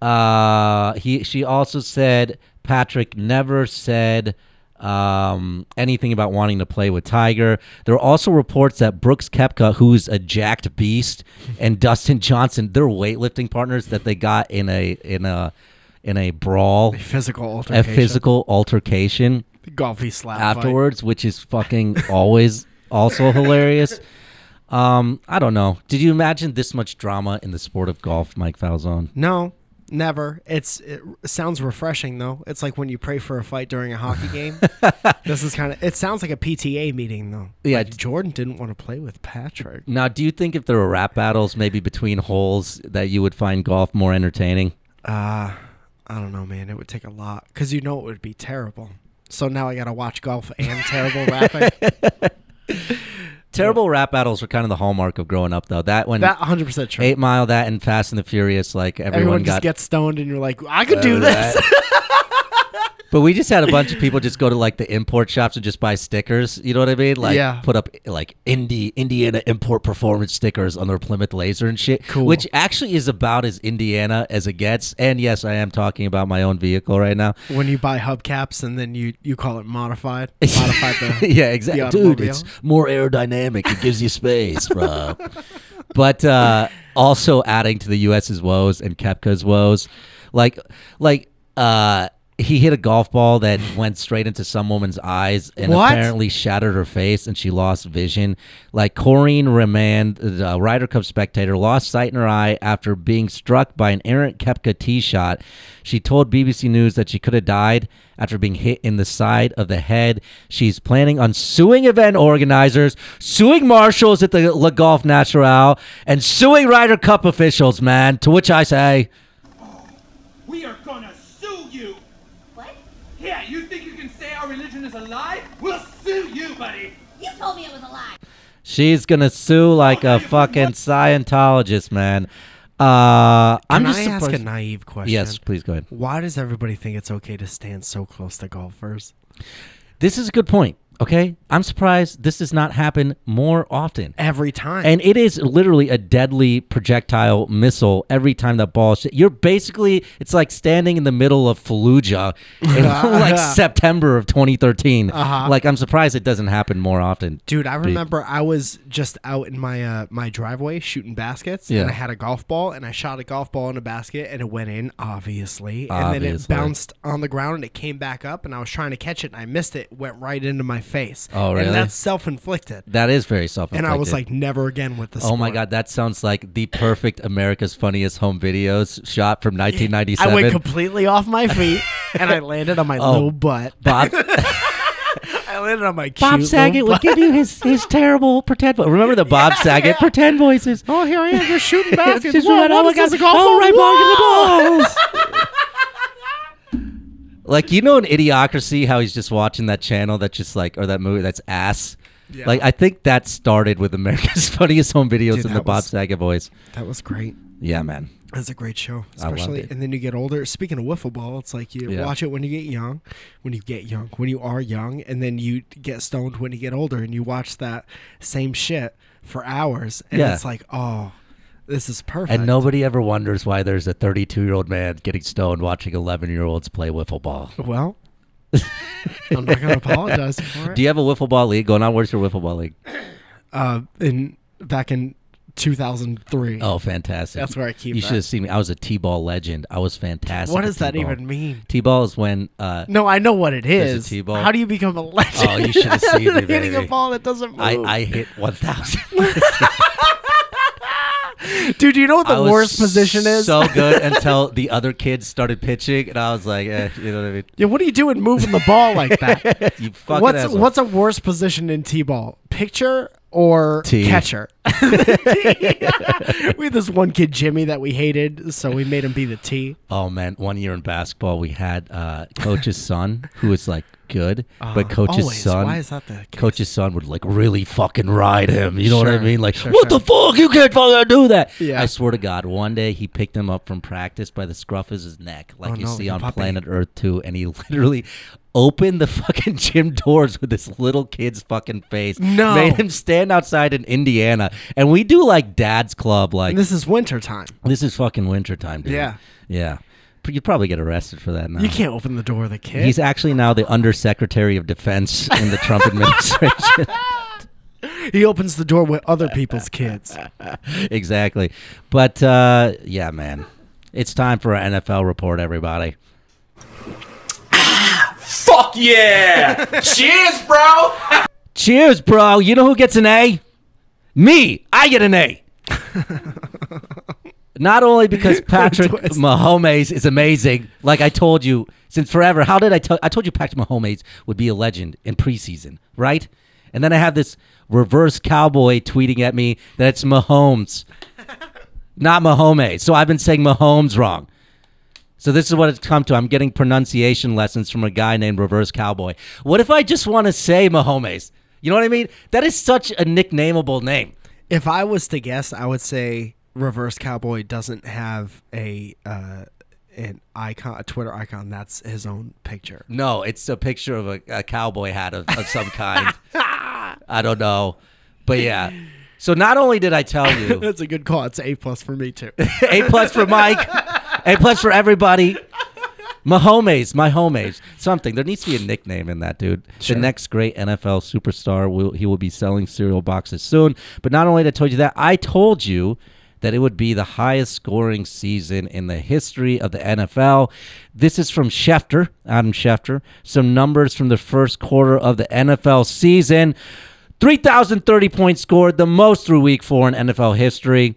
S4: uh, he she also said Patrick never said um, anything about wanting to play with Tiger. There are also reports that Brooks Kepka, who's a jacked beast, and Dustin Johnson, they're weightlifting partners that they got in a in a in a brawl, a
S3: physical
S4: a
S3: altercation.
S4: physical altercation
S3: Golfy slap fight.
S4: afterwards, which is fucking always also hilarious. Um, I don't know. Did you imagine this much drama in the sport of golf, Mike Falzone?
S3: No, never. It's it sounds refreshing though. It's like when you pray for a fight during a hockey
S4: [LAUGHS]
S3: game. this is kind of. It sounds like a PTA meeting though.
S4: Yeah.
S3: Like, Jordan didn't want to play with Patrick.
S4: Now, do you think if there were rap battles, maybe between holes, that you would find golf more entertaining?
S3: Uh, I don't know, man. It would take a lot because you know it would be terrible. So now I got to watch golf and
S4: [LAUGHS]
S3: terrible rapping.
S4: Terrible rap battles were kind of the hallmark of growing up, though. That one,
S3: That 100% true.
S4: Eight Mile, that and Fast and the Furious, like everyone,
S3: Everyone just
S4: got.
S3: gets stoned, and you're like, I could
S4: Uh,
S3: do this. [LAUGHS]
S4: but we just had a bunch of people just go to like the import shops and just buy stickers. You know what I mean? Like
S3: Yeah.
S4: put up like indie Indiana import performance stickers on their Plymouth Laser and shit.
S3: Cool.
S4: Which actually is about as Indiana as it gets. And yes, I am talking about my own vehicle right now.
S3: when you buy hubcaps and then you you call it modified, modified
S4: [LAUGHS]
S3: the
S4: yeah,
S3: the
S4: exactly. Dude,
S3: automobile.
S4: it's more aerodynamic. It gives you space,
S3: [LAUGHS]
S4: bro. but uh, also adding to the U.S.'s woes and Kepka's woes, like, like uh, he hit a golf ball that went straight into some woman's eyes and
S3: What?
S4: apparently shattered her face, and she lost vision. Like Corrine Remand, the uh, Ryder Cup spectator, lost sight in her eye after being struck by an errant Kepka tee shot. She told BBC News that she could have died after being hit in the side of the head. She's planning on suing event organizers, suing marshals at the Le Golf Natural, and suing Ryder Cup officials, man. To which I say,
S9: We are gonna sue you! What? Yeah, you think you can say our religion is a lie? We'll sue you, buddy! You told me it was a lie!
S4: she's going to sue like
S3: [LAUGHS]
S4: a fucking Scientologist, man. Uh, I'm
S3: Can
S4: just
S3: I ask
S4: surprised-
S3: a naive question?
S4: Yes, please go ahead.
S3: Why does everybody think it's okay to stand so close to golfers?
S4: This is a good point. Okay, I'm surprised this does not happen more often.
S3: Every time.
S4: and it is literally a deadly projectile missile every time that ball. Sh- you're basically it's like standing in the middle of Fallujah
S3: [LAUGHS]
S4: in like September of 2013.
S3: Uh-huh.
S4: Like I'm surprised it doesn't happen more often.
S3: Dude, I
S4: Be-
S3: remember I was just out in my uh, my driveway shooting baskets,
S4: Yeah.
S3: and I had a golf ball, and I shot a golf ball in a basket, and it went in, obviously, and then it
S4: Obviously.
S3: bounced on the ground, and it came back up, and I was trying to catch it, and I missed it, went right into my face.
S4: Oh, really?
S3: And that's self inflicted.
S4: That is very self-inflicted.
S3: And I was like, never again with this.
S4: Oh my god, that sounds like the perfect America's Funniest Home Videos shot from 1997.
S3: I went completely off my feet, and I landed on
S4: [LAUGHS]
S3: my
S4: Oh,
S3: little butt.
S4: Bob-
S3: [LAUGHS] I landed on my cute
S4: Bob
S3: little
S4: Saget would
S3: butt.
S4: give you his,
S3: [LAUGHS]
S4: his terrible pretend voice. Remember the Bob Saget pretend voices?
S3: Oh, here I am. You're shooting
S4: [LAUGHS]
S3: baskets.
S4: Just
S3: Whoa,
S4: right, oh
S3: what
S4: my
S3: is
S4: God.
S3: this, a golf
S4: Oh,
S3: ball?
S4: right,
S3: Whoa!
S4: Morgan,
S3: [LAUGHS]
S4: Like you know in Idiocracy how he's just watching that channel that's just like or that movie that's ass.
S3: Yeah.
S4: Like I think that started with America's [LAUGHS] Funniest Home Videos in the
S3: that
S4: Bob
S3: was-
S4: Saget voice.
S3: That was great.
S4: Yeah, man.
S3: That's a great show,
S4: I loved
S3: especially
S4: it.
S3: and then you get older. Speaking of wiffle ball, it's like you
S4: Yeah.
S3: watch it when you get young, when you get young, when you are young, and then you get stoned when you get older, and you watch that same shit for hours, and
S4: Yeah.
S3: it's like, oh, this is perfect.
S4: And nobody ever wonders why there's a 32 year old man getting stoned watching 11 year olds play wiffle ball.
S3: Well, I'm not gonna
S4: [LAUGHS]
S3: apologize for it.
S4: Do you have a wiffle ball league going on? Where's your wiffle ball league?
S3: uh, in back in 2003.
S4: Oh, fantastic!
S3: That's where I keep
S4: You
S3: that.
S4: should have seen me. I was a t-ball legend. I was fantastic.
S3: What
S4: at
S3: does that
S4: t-ball.
S3: even mean?
S4: T-ball is when uh,
S3: No, I know what it
S4: There's a
S3: is.
S4: T-ball.
S3: How do you become a legend? [LAUGHS]
S4: Oh, you should have seen me,
S3: Hitting a
S4: baby.
S3: ball that doesn't move.
S4: I, I hit one thousand.
S3: [LAUGHS] Dude, you know
S4: [LAUGHS]
S3: what
S4: I
S3: the
S4: was
S3: worst position is?
S4: So good until the other kids started pitching, and I was like, eh, you know what I mean?
S3: Yeah, what are you doing moving the
S4: [LAUGHS]
S3: ball like that? [LAUGHS]
S4: You fucking
S3: what's
S4: asshole.
S3: what's a worse position in t-ball? Pitcher or
S4: Tee. [LAUGHS]
S3: catcher? [LAUGHS] we had this one kid Jimmy that we hated, so we made him be the T.
S4: Oh man, one year in basketball, we had uh,
S3: [LAUGHS]
S4: coach's son who was like good, but coach's
S3: Uh, always.
S4: son,
S3: Why is that the case?
S4: coach's son would like really fucking ride him. You know what I
S3: Sure.
S4: mean? Like,
S3: Sure,
S4: what
S3: sure.
S4: the fuck? You can't fucking do that.
S3: Yeah.
S4: I swear to God, one day he picked him up from practice by the scruff of his neck, like
S3: Oh,
S4: you
S3: no,
S4: see
S3: you
S4: on
S3: puppy.
S4: Planet Earth 2, and he [LAUGHS] literally opened the fucking gym doors with this little kid's fucking face.
S3: No.
S4: made him stand outside in Indiana, and we do like dad's club, like
S3: And this is winter time.
S4: this is fucking wintertime, dude.
S3: Yeah.
S4: Yeah. You'd probably get arrested for that now.
S3: You can't open the door of the kid.
S4: Uh-huh. He's actually now the undersecretary of defense in the
S3: [LAUGHS]
S4: Trump administration. [LAUGHS]
S3: he opens the door with other people's kids.
S4: exactly. But uh, yeah, man, it's time for an NFL report, everybody.
S15: Fuck yeah! Cheers, bro!
S4: Cheers, bro. You know who gets an A? Me. I get an A. Not only because Patrick Mahomes is amazing, like I told you since forever. How did I tell? I told you Patrick Mahomes would be a legend in preseason, right? And then I have this reverse cowboy tweeting at me that it's Mahomes, not Mahomes. So I've been saying Mahomes wrong. So this is what it's come to. I'm getting pronunciation lessons from a guy named Reverse Cowboy. What if I just want to say Mahomes? You know what I mean? That is such a nicknameable name.
S3: If I was to guess, I would say Reverse Cowboy doesn't have a uh, an icon, a Twitter icon. That's his own picture.
S4: No, it's a picture of a, a cowboy hat of, of some kind. I don't know. But yeah. So not only did I tell you
S3: [LAUGHS] That's a good call. It's A plus for me too.
S4: A plus for Mike, A plus for everybody. Mahomes, my homies, something. There needs to be a nickname in that, dude.
S3: Sure.
S4: The next great NFL superstar will he will be selling cereal boxes soon. But not only did I told you that, I told you that it would be the highest scoring season in the history of the NFL. This is from Schefter, Adam Schefter. Some numbers from the first quarter of the NFL season. 3,030 points scored, the most through week four in NFL history.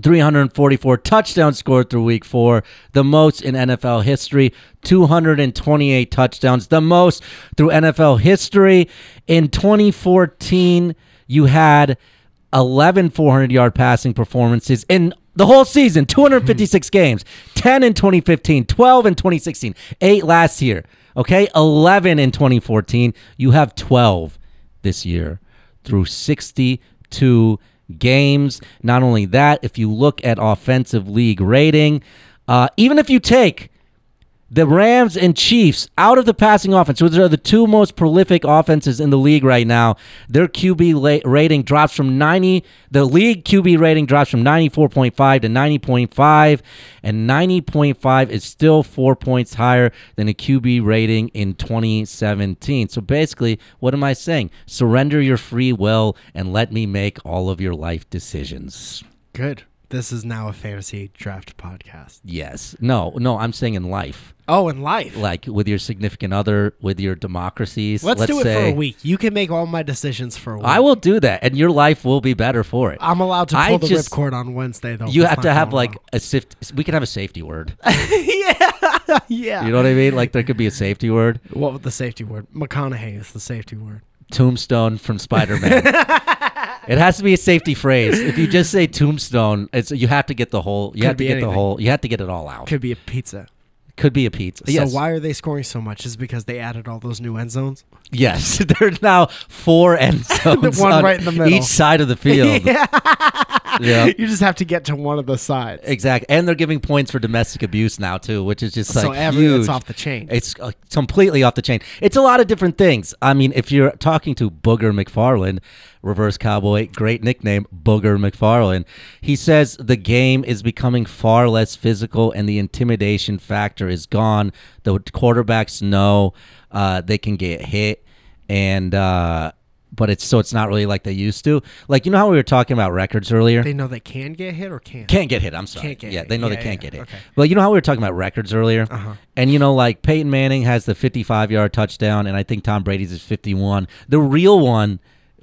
S4: 344 touchdowns scored through week four, the most in NFL history. 228 touchdowns, the most through NFL history. In 2014, you had 11 400 yard passing performances in the whole season 256 games, 10 in 2015, 12 in 2016, 8 last year. Okay, 11 in 2014. You have 12 this year through 62 games. Not only that, if you look at offensive league rating, uh, even if you take the Rams and Chiefs out of the passing offense, which are the two most prolific offenses in the league right now, their QB la- rating drops from 90. The league QB rating drops from 94.5 to 90.5, and 90.5 is still four points higher than a QB rating in 2017. So basically, what am I saying? Surrender your free will and let me make all of your life decisions.
S3: Good. This is now a fantasy draft podcast.
S4: Yes. No, no, I'm saying in life.
S3: Oh, in life.
S4: Like with your significant other, with your democracies.
S3: Let's, do it
S4: say,
S3: for a week. You can make all my decisions for a week.
S4: I will do that, and your life will be better for it.
S3: I'm allowed to pull
S4: I
S3: the
S4: just-
S3: ripcord on Wednesday, though.
S4: You
S3: if
S4: have
S3: it's
S4: to
S3: not
S4: have
S3: going
S4: like a safety. We can have a safety word.
S3: well. [LAUGHS] yeah.
S4: You know what I mean? Like there could be a safety word.
S3: What was the safety word? McConaughey is the safety word.
S4: Tombstone from Spider
S3: [LAUGHS]
S4: Man. it has to be a safety phrase. If you just say tombstone, it's you have to get the whole. You
S3: Could
S4: have to
S3: be
S4: get the
S3: anything.
S4: whole. You have to get it all out. Could,
S3: Could be a pizza.
S4: be a pizza. yes.
S3: So why are they scoring so much? Is it because they added all those new
S4: [LAUGHS]
S3: end zones?
S4: Yes, there's now four end zones
S3: [LAUGHS] one
S4: on
S3: right in the middle.
S4: each side
S3: [LAUGHS]
S4: of the field.
S3: yeah.
S4: Yeah.
S3: You just have to get to one of the sides.
S4: Exactly, and they're giving points for domestic abuse now too, which is just like
S3: So every- it's
S4: huge.
S3: off the chain.
S4: It's uh, completely off the chain. It's a lot of different things. I mean, if you're talking to Booger McFarland, reverse cowboy, great nickname, Booger McFarland, he says the game is becoming far less physical, and the intimidation factor is gone. The quarterbacks know uh, they can get hit, and. Uh, but it's so it's not really like they used to. Like you know how we were talking about records earlier.
S3: They know they can get hit or can't.
S4: Can't get hit. I'm sorry.
S3: Can't get
S4: yeah,
S3: hit.
S4: they know
S3: Yeah,
S4: they can't
S3: yeah,
S4: get hit.
S3: okay.
S4: Well, you know how we were talking about records earlier,
S3: Uh-huh.
S4: and you know, like Peyton Manning has the 55 yard touchdown, and I think Tom Brady's is 51. The real one,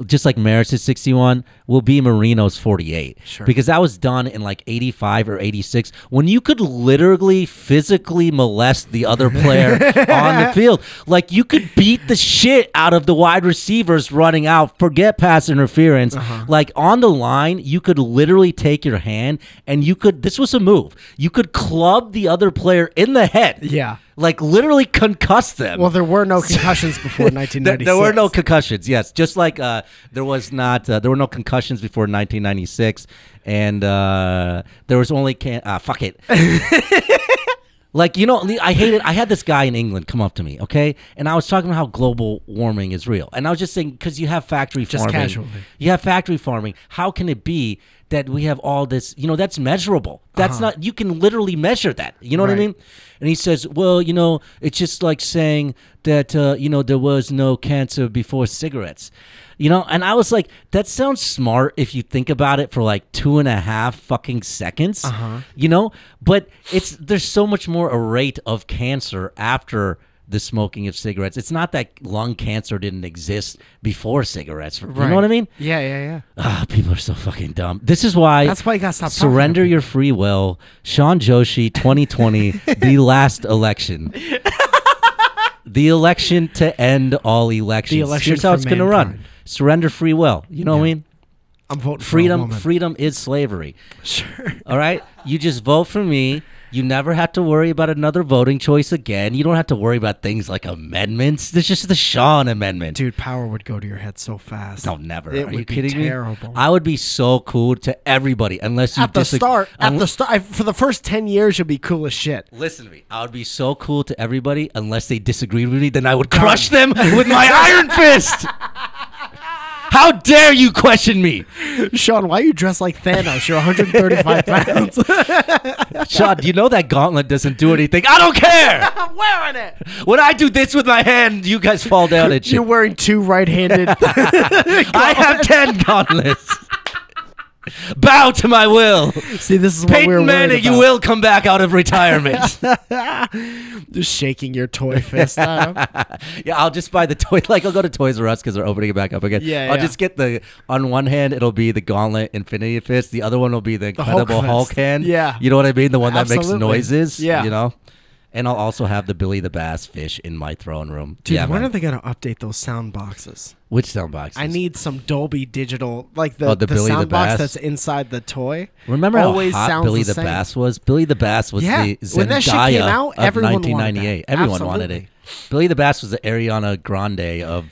S4: just like Maris is 61, will be Marino's 48,
S3: Sure.
S4: because that was done in like 85 or 86 when you could literally physically molest the
S3: [LAUGHS]
S4: other player on the field. Like you could beat the shit out of the wide receivers running out. Forget pass interference.
S3: Uh-huh.
S4: Like on the line, you could literally take your hand and you could. This was a move. You could club the other player in the head.
S3: Yeah.
S4: Like literally concuss them.
S3: Well, there
S4: [LAUGHS]
S3: were no concussions before 1996.
S4: There, there were no concussions. Yes, just like uh, there was not. Uh, there were no concussions before 1996, and uh, there was only can. Uh, fuck it. Like you know, I hated. I had this guy in England come up to me, okay, and I was talking about how global warming is real, and I was just saying because you have factory
S3: Just
S4: farming,
S3: casually.
S4: you have factory farming. How can it be that we have all this, you know, that's measurable. That's
S3: Uh-huh.
S4: not, you can literally measure that. You know what I
S3: Right.
S4: mean? And he says, well, you know, it's just like saying that, uh, you know, there was no cancer before cigarettes. You know, and I was like, that sounds smart if you think about it for like two and a half fucking seconds
S3: Uh-huh.
S4: you know but it's there's so much more a rate of cancer after the smoking of cigarettes it's not that lung cancer didn't exist before cigarettes you know what i mean
S3: Yeah, yeah, yeah.
S4: Ah, people are so fucking dumb. This is why.
S3: That's why you gotta stop talking to
S4: Surrender your free will. Sean Joshi, 2020,
S3: [LAUGHS]
S4: the last election. the election to end all elections.
S3: election
S4: Here's how
S3: for
S4: it's gonna run. Surrender free will. You know what I mean?
S3: I'm voting for a
S4: freedom.
S3: woman.
S4: Freedom is slavery. Sure. All right. You just vote for me. You never have to worry about another voting choice again. You don't have to worry about things like amendments. There's just the Sean Amendment.
S3: Dude, power would go to your head so fast.
S4: No, never.
S3: It
S4: Are
S3: would
S4: you
S3: be
S4: kidding
S3: terrible.
S4: me? I would be so cool to everybody, unless you
S3: at the
S4: disag-
S3: start, at
S4: unle-
S3: the start, I- for the first ten years, you'll be cool as shit.
S4: Listen to me. I would be so cool to everybody, unless they disagreed with me. Then I would crush
S3: [LAUGHS]
S4: them with my iron fist. How dare you question
S3: [LAUGHS]
S4: me,
S3: [LAUGHS] Sean? Why are you dressed like Thanos? You're [LAUGHS] 135 pounds.
S4: Sean? You know that gauntlet doesn't do anything. I don't care.
S3: [LAUGHS] I'm wearing it.
S4: When I do this with my hand, you guys fall down and shit.
S3: You're wearing two [LAUGHS] right-handed.
S4: I have ten gauntlets. Bow to my will.
S3: See, this is what
S4: Peyton
S3: we were worried
S4: Manning. You
S3: about.
S4: will come back out of
S3: [LAUGHS]
S4: retirement.
S3: Just shaking your toy [LAUGHS] fist. at him.
S4: yeah, I'll just buy the [LAUGHS] toy. Like I'll go to Toys R Us because they're opening it back up again.
S3: Yeah,
S4: I'll
S3: yeah.
S4: just get the. On one hand, it'll be the Gauntlet Infinity Fist. The other one will be the
S3: The Hulk
S4: Incredible Hulk,
S3: fist.
S4: hand.
S3: Yeah.
S4: you know what I mean. The one that
S3: Absolutely.
S4: makes noises.
S3: Yeah.
S4: you know. And I'll also have the Billy the Bass fish in my throne room.
S3: Dude,
S4: yeah,
S3: when
S4: man.
S3: are they gonna update those sound boxes?
S4: Which sound boxes?
S3: I need some Dolby digital, like the,
S4: Oh, the
S3: the,
S4: Billy the
S3: sound box
S4: Bass?
S3: that's inside the toy.
S4: Remember how
S3: always
S4: hot
S3: sounds
S4: Billy
S3: the,
S4: the,
S3: same. [LAUGHS]
S4: Bass was? Billy the Bass was
S3: Yeah,
S4: the
S3: when that shit came
S4: Zendaya
S3: out,
S4: of
S3: everyone wanted
S4: 1998.
S3: that.
S4: Everyone wanted it.
S3: Absolutely.
S4: Billy the Bass was the Ariana Grande of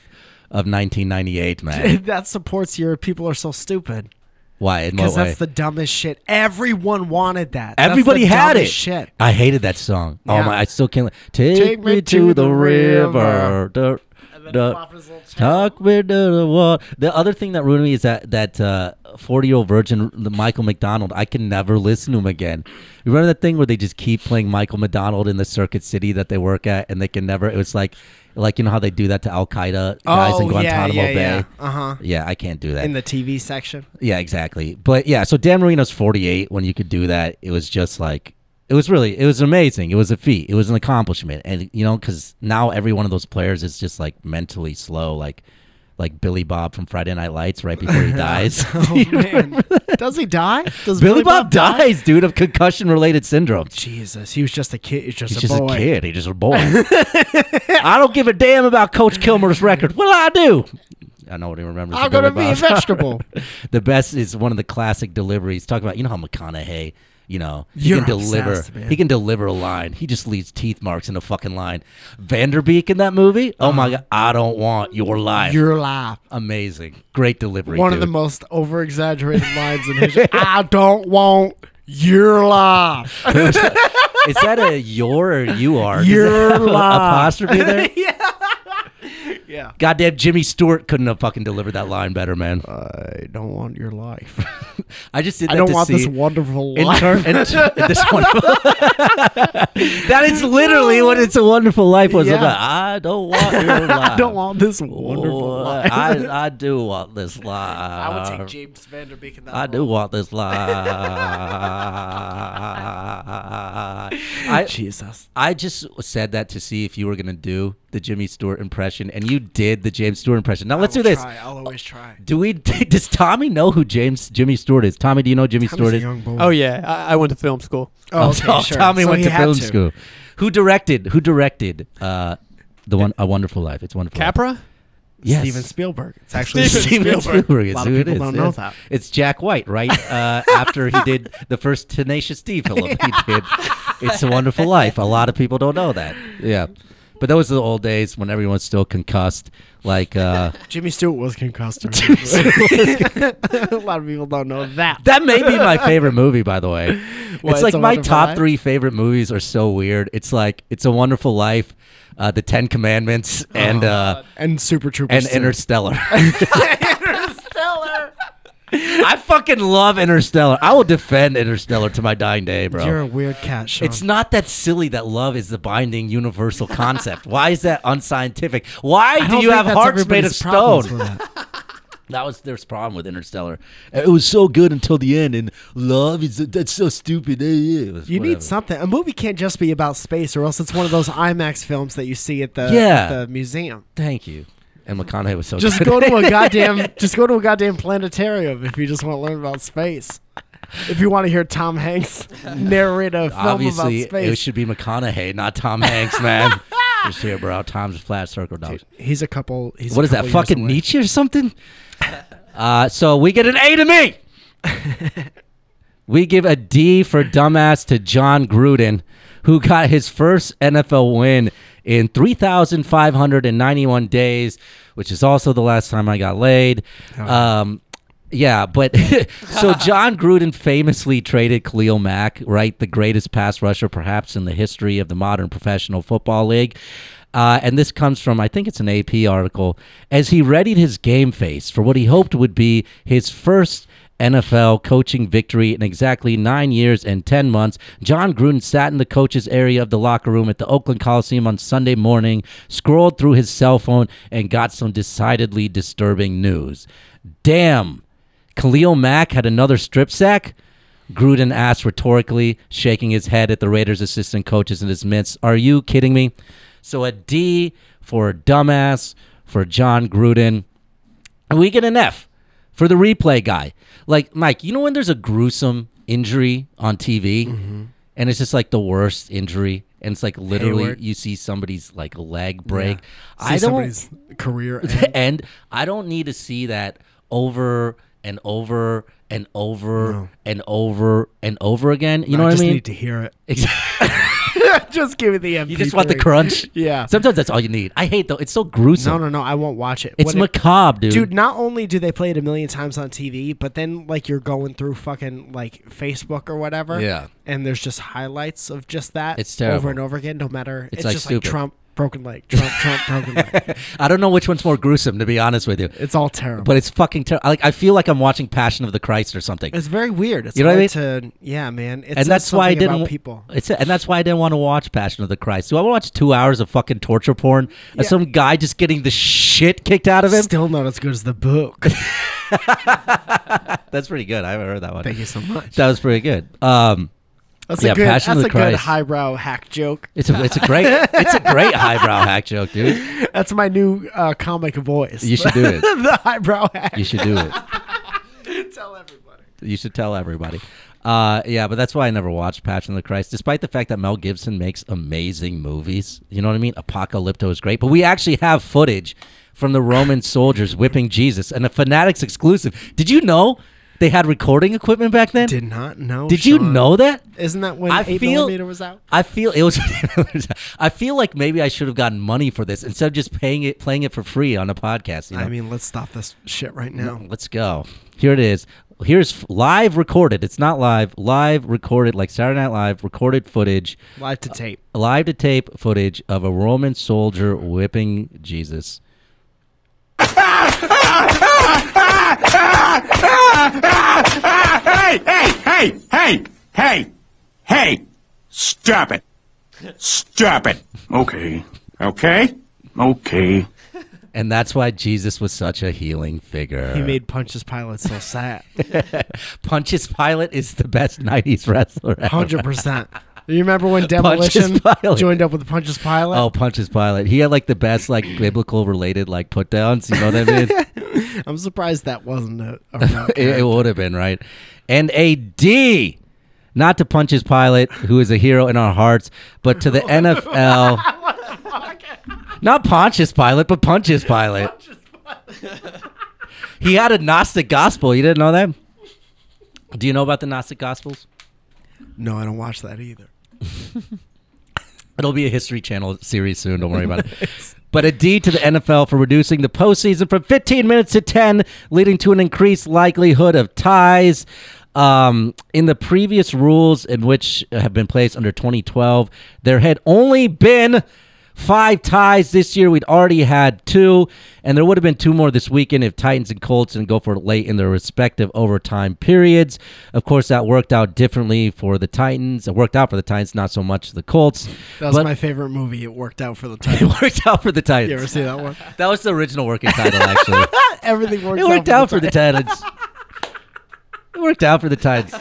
S4: of 1998,
S3: [LAUGHS]
S4: man.
S3: that supports your people are so stupid
S4: Why? In
S3: because
S4: what way?
S3: that's the dumbest shit. Everyone wanted that. That's the
S4: Everybody had it.
S3: dumbest Shit.
S4: I hated that song. Oh
S3: Yeah.
S4: my! I still can't. Take, me, to, the, river. The, the, talk me to the water. The other thing that ruined me is that that forty-year-old virgin, the Michael McDonald. I can never listen to him again. You remember that thing where they just keep playing Michael McDonald in the circuit city that they work at, and they can never. It was like, like you know how they do that to Al Qaeda guys in
S3: Oh, yeah,
S4: Guantanamo
S3: yeah,
S4: Bay.
S3: yeah. Uh-huh.
S4: Yeah, I can't do that.
S3: in the TV
S4: [LAUGHS]
S3: section.
S4: Yeah, exactly. But yeah, so Dan Marino's 48 when you could do that. It was just like it was really it was amazing. It was a feat. It was an accomplishment. And you know cuz now every one of those players is just like mentally slow like like Billy Bob from Friday Night Lights right before [LAUGHS] he dies.
S3: Oh man, does he die? Does
S4: Billy Bob, dies, dude, of concussion related syndrome.
S3: Jesus, he was just a kid. He's just
S4: He's
S3: a
S4: just
S3: boy.
S4: a kid. He's just a boy.
S3: [LAUGHS]
S4: I don't give a damn about Coach Kilmer's record. Well, I do. I know what he remembers.
S3: I'm
S4: the Billy
S3: gonna be a
S4: Bob.
S3: vegetable.
S4: [LAUGHS] the best is one of the classic deliveries. Talk about you know how McConaughey, you know, he
S3: You're
S4: can deliver.
S3: obsessed, man.
S4: He can deliver a line. He just leaves teeth marks in a fucking line. Vanderbeek in that movie. Oh
S3: Uh-huh.
S4: my god, I don't want your life.
S3: Your life.
S4: Amazing, great delivery.
S3: One of the
S4: dude.
S3: most over exaggerated lines in history. [LAUGHS] I don't want your life.
S4: is that
S3: [LAUGHS]
S4: a your or you are? Does
S3: Your
S4: [LAUGHS] it have a
S3: life.
S4: apostrophe there.
S3: [LAUGHS] yeah. yeah.
S4: Goddamn, Jimmy Stewart couldn't have fucking delivered that line better, man.
S3: I don't want your life.
S4: I just did.
S3: Uh, [LAUGHS] I
S4: that
S3: don't
S4: to
S3: want this
S4: see- [LAUGHS]
S3: wonderful
S4: in
S3: life.
S4: turn- in- in this wonderful- [LAUGHS] that is literally what "It's a Wonderful Life" was
S3: Yeah.
S4: about. I don't want your life.
S3: [LAUGHS] [LAUGHS] I don't want this wonderful
S4: Oh,
S3: life. [LAUGHS]
S4: I, I do want this life. I
S3: would take James Vanderbeek in that
S4: I do want
S3: [LAUGHS]
S4: this life. I,
S3: Jesus.
S4: I just said that to see if you were gonna do the Jimmy Stewart impression, and you did the James Stewart impression. Now let's do
S3: will
S4: this.
S3: try. I'll always try.
S4: Do we? [LAUGHS] Does Tommy know who James Jimmy Stewart is? Tommy, do you know who Jimmy Stewart is?
S16: Oh yeah, I, I went to film school.
S4: [LAUGHS]
S3: Oh, okay,
S4: Oh,
S3: sure.
S4: Tommy
S3: So
S4: went
S3: he
S4: to
S3: had
S4: film
S3: to.
S4: school. Who directed? Who directed? Uh, the one, A Wonderful Life. It's wonderful. Life.
S16: Capra?
S4: Yes.
S3: Steven Spielberg. It's actually
S4: Steven Spielberg.
S3: A
S4: is
S3: lot
S4: who
S3: of
S4: it
S3: people
S4: is,
S3: don't know
S4: yes.
S3: that.
S4: It's Jack White, right? [LAUGHS] Uh, after he did the first Tenacious D film, he did It's a Wonderful Life. A lot of people don't know that. Yeah. But those are the old days when everyone's still concussed. Like uh,
S3: Jimmy Stewart was concussed.
S4: Stewart
S3: [LAUGHS] A lot of people don't know that.
S4: [LAUGHS] that may be my favorite movie, by the way.
S3: What,
S4: it's
S3: It's
S4: like
S3: a
S4: my
S3: Wonderful
S4: top
S3: Life?
S4: three favorite movies are so weird. It's like It's a Wonderful Life, uh, The Ten Commandments, and uh,
S3: and Super Troopers
S4: and
S3: too.
S4: Interstellar.
S3: [LAUGHS] Interstellar.
S4: I fucking love Interstellar. I will defend Interstellar to my dying day, bro.
S3: You're a weird cat, Sean.
S4: It's not that silly that love is the binding universal concept. Why is that unscientific? Why
S3: I
S4: do
S3: don't
S4: you
S3: think
S4: have
S3: that's
S4: hearts made of
S3: everybody's problems
S4: stone?
S3: with
S4: That. was there's problem with Interstellar. It was so good until the end, and love is that's so stupid. You
S3: [LAUGHS] You need something. A movie can't just be about space, or else it's one of those IMAX films that you see at the
S4: Yeah.
S3: at the museum.
S4: Thank you. And McConaughey was so [LAUGHS]
S3: Just
S4: good.
S3: go to a goddamn just go to a goddamn planetarium if you just want to learn about space. If you want to hear Tom Hanks
S4: [LAUGHS]
S3: narrate a film
S4: Obviously,
S3: about space,
S4: it should be McConaughey, not Tom Hanks,
S3: [LAUGHS]
S4: man. Just here, bro. Time's a flat circle, dog.
S3: he's a couple. He's
S4: what
S3: a
S4: is that?
S3: couple years
S4: Fucking
S3: away.
S4: Nietzsche or something? [LAUGHS] uh, so we get an A to me. we give a D for dumbass to John Gruden, who got his first NFL win in 3,591 days, which is also the last time I got laid. Um, yeah, but [LAUGHS] so John Gruden famously traded Khalil Mack, right? The greatest pass rusher perhaps in the history of the modern professional football league. Uh, and this comes from, I think it's an AP article, as he readied his game face for what he hoped would be his first NFL coaching victory in exactly nine years and 10 months. John Gruden sat in the coaches area of the locker room at the Oakland Coliseum on Sunday morning, scrolled through his cell phone, and got some decidedly disturbing news. Damn, Khalil Mack had another strip sack? Gruden asked rhetorically, shaking his head at the Raiders' assistant coaches in his midst. Are you kidding me? So a D for a dumbass for John Gruden. And we get an F for the replay guy. Like, Mike, you know when there's a gruesome injury on TV
S3: Mm-hmm.
S4: and it's just like the worst injury? And it's like literally
S3: Hayward.
S4: you see somebody's like leg break.
S3: Yeah.
S4: I
S3: See
S4: don't
S3: somebody's
S4: [LAUGHS]
S3: career
S4: [CLEARS THROAT] end. I don't need to see that over and over and over
S3: No.
S4: and over and over again. You
S3: No,
S4: know
S3: I
S4: what
S3: just
S4: I mean?
S3: need
S4: [LAUGHS]
S3: to hear it. [LAUGHS]
S4: Exactly.
S3: just give me the MP.
S4: You just want the crunch.
S3: [LAUGHS] yeah.
S4: Sometimes that's all you need. I hate though. It's so gruesome.
S3: No, no, no. I won't watch it.
S4: It's
S3: When it-
S4: macabre, dude.
S3: Dude, not only do they play it a million times on TV, but then like you're going through fucking like Facebook or whatever.
S4: Yeah.
S3: And there's just highlights of just that.
S4: It's terrible.
S3: Over and over again, no matter.
S4: It's
S3: It's,
S4: like
S3: just
S4: stupid.
S3: like Trump broken leg, Trump Trump broken
S4: [LAUGHS]
S3: leg.
S4: I don't know which one's more gruesome, to be honest with you.
S3: It's all terrible.
S4: But it's fucking terrible. Like I feel like I'm watching Passion of the Christ or something.
S3: It's very weird. It's
S4: You know what I
S3: hard to yeah, man. It says
S4: and that's why I
S3: something
S4: didn't.
S3: about
S4: wa-
S3: people.
S4: It's and that's why I didn't want to watch Passion of the Christ. Do I want to watch two hours of fucking torture porn of some guy just getting the shit kicked out of him?
S3: Still not as good as
S4: [LAUGHS]
S3: the book.
S4: That's pretty good. I haven't heard that one.
S3: Thank you so much.
S4: That was pretty good. Um,
S3: That's
S4: yeah,
S3: a good.
S4: Passion
S3: that's
S4: of
S3: a
S4: the Christ.
S3: good highbrow hack joke.
S4: It's a it's a great it's a great highbrow hack joke, dude.
S3: That's my new uh, comic voice. [LAUGHS]
S4: You should do it.
S3: the highbrow hack.
S4: You should do it.
S3: Tell everybody.
S4: You should tell everybody. Uh, yeah, but that's why I never watched Passion of the Christ, despite the fact that Mel Gibson makes amazing movies. You know what I mean? Apocalypto is great, but we actually have footage from the Roman soldiers whipping Jesus, and a Fanatics exclusive. Did you know they had recording equipment back then? Did
S3: not know.
S4: Did you know that?
S3: Isn't that when
S4: I
S3: eight
S4: feel-
S3: millimeter was out?
S4: I feel it was. [LAUGHS] I feel like maybe I should have gotten money for this instead of just paying it, playing it for free on a podcast. You know?
S3: I mean, let's stop this shit right now.
S4: Let's go. Here it is. Here's f- live recorded. It's not live. Live recorded, like Saturday Night Live, recorded footage.
S3: Live to tape.
S4: Uh, live to tape footage of a Roman soldier whipping Jesus.
S17: hey, hey, hey, hey, hey, hey, stop it. Stop it. Okay. Okay. Okay.
S4: And that's why Jesus was such a healing figure.
S3: He made Pontius Pilate
S4: [LAUGHS]
S3: so sad.
S4: Punches Pilate is the best [LAUGHS] 90s wrestler ever.
S3: Hundred percent. You
S4: [LAUGHS]
S3: remember when Demolition
S4: Pilate.
S3: joined up with Pontius Pilate?
S4: Oh, Punches Pilate. He had like the best like biblical related like put downs. You know what
S3: [LAUGHS]
S4: I mean?
S3: I'm surprised that wasn't a.
S4: [LAUGHS]
S3: a rock
S4: it, it would have been right. And a D, not to Punches Pilate, who is a hero in our hearts, but to the NFL. Not Pontius Pilate, but Punches Pilate. He had a Gnostic gospel. You didn't know that? Do you know about the Gnostic gospels?
S3: no, I don't watch that either.
S4: It'll be a History Channel series soon. Don't worry about it. But a D to the NFL for reducing the postseason from 15 minutes to 10, leading to an increased likelihood of ties. Um, in the previous rules, in which have been placed under 2012, there had only been five ties this year. We'd already had two, and there would have been two more this weekend if Titans and Colts didn't go for it late in their respective overtime periods. Of course, that worked out differently for the Titans. It worked out for the Titans, not so much the Colts.
S3: That was
S4: But-
S3: my favorite movie. It worked out for the time.
S4: [LAUGHS] it worked out for the Titans.
S3: You ever see that one?
S4: That was the original working title, actually.
S3: Everything worked,
S4: it worked out for the
S3: Titan.
S4: Titans. It worked out for the Titans.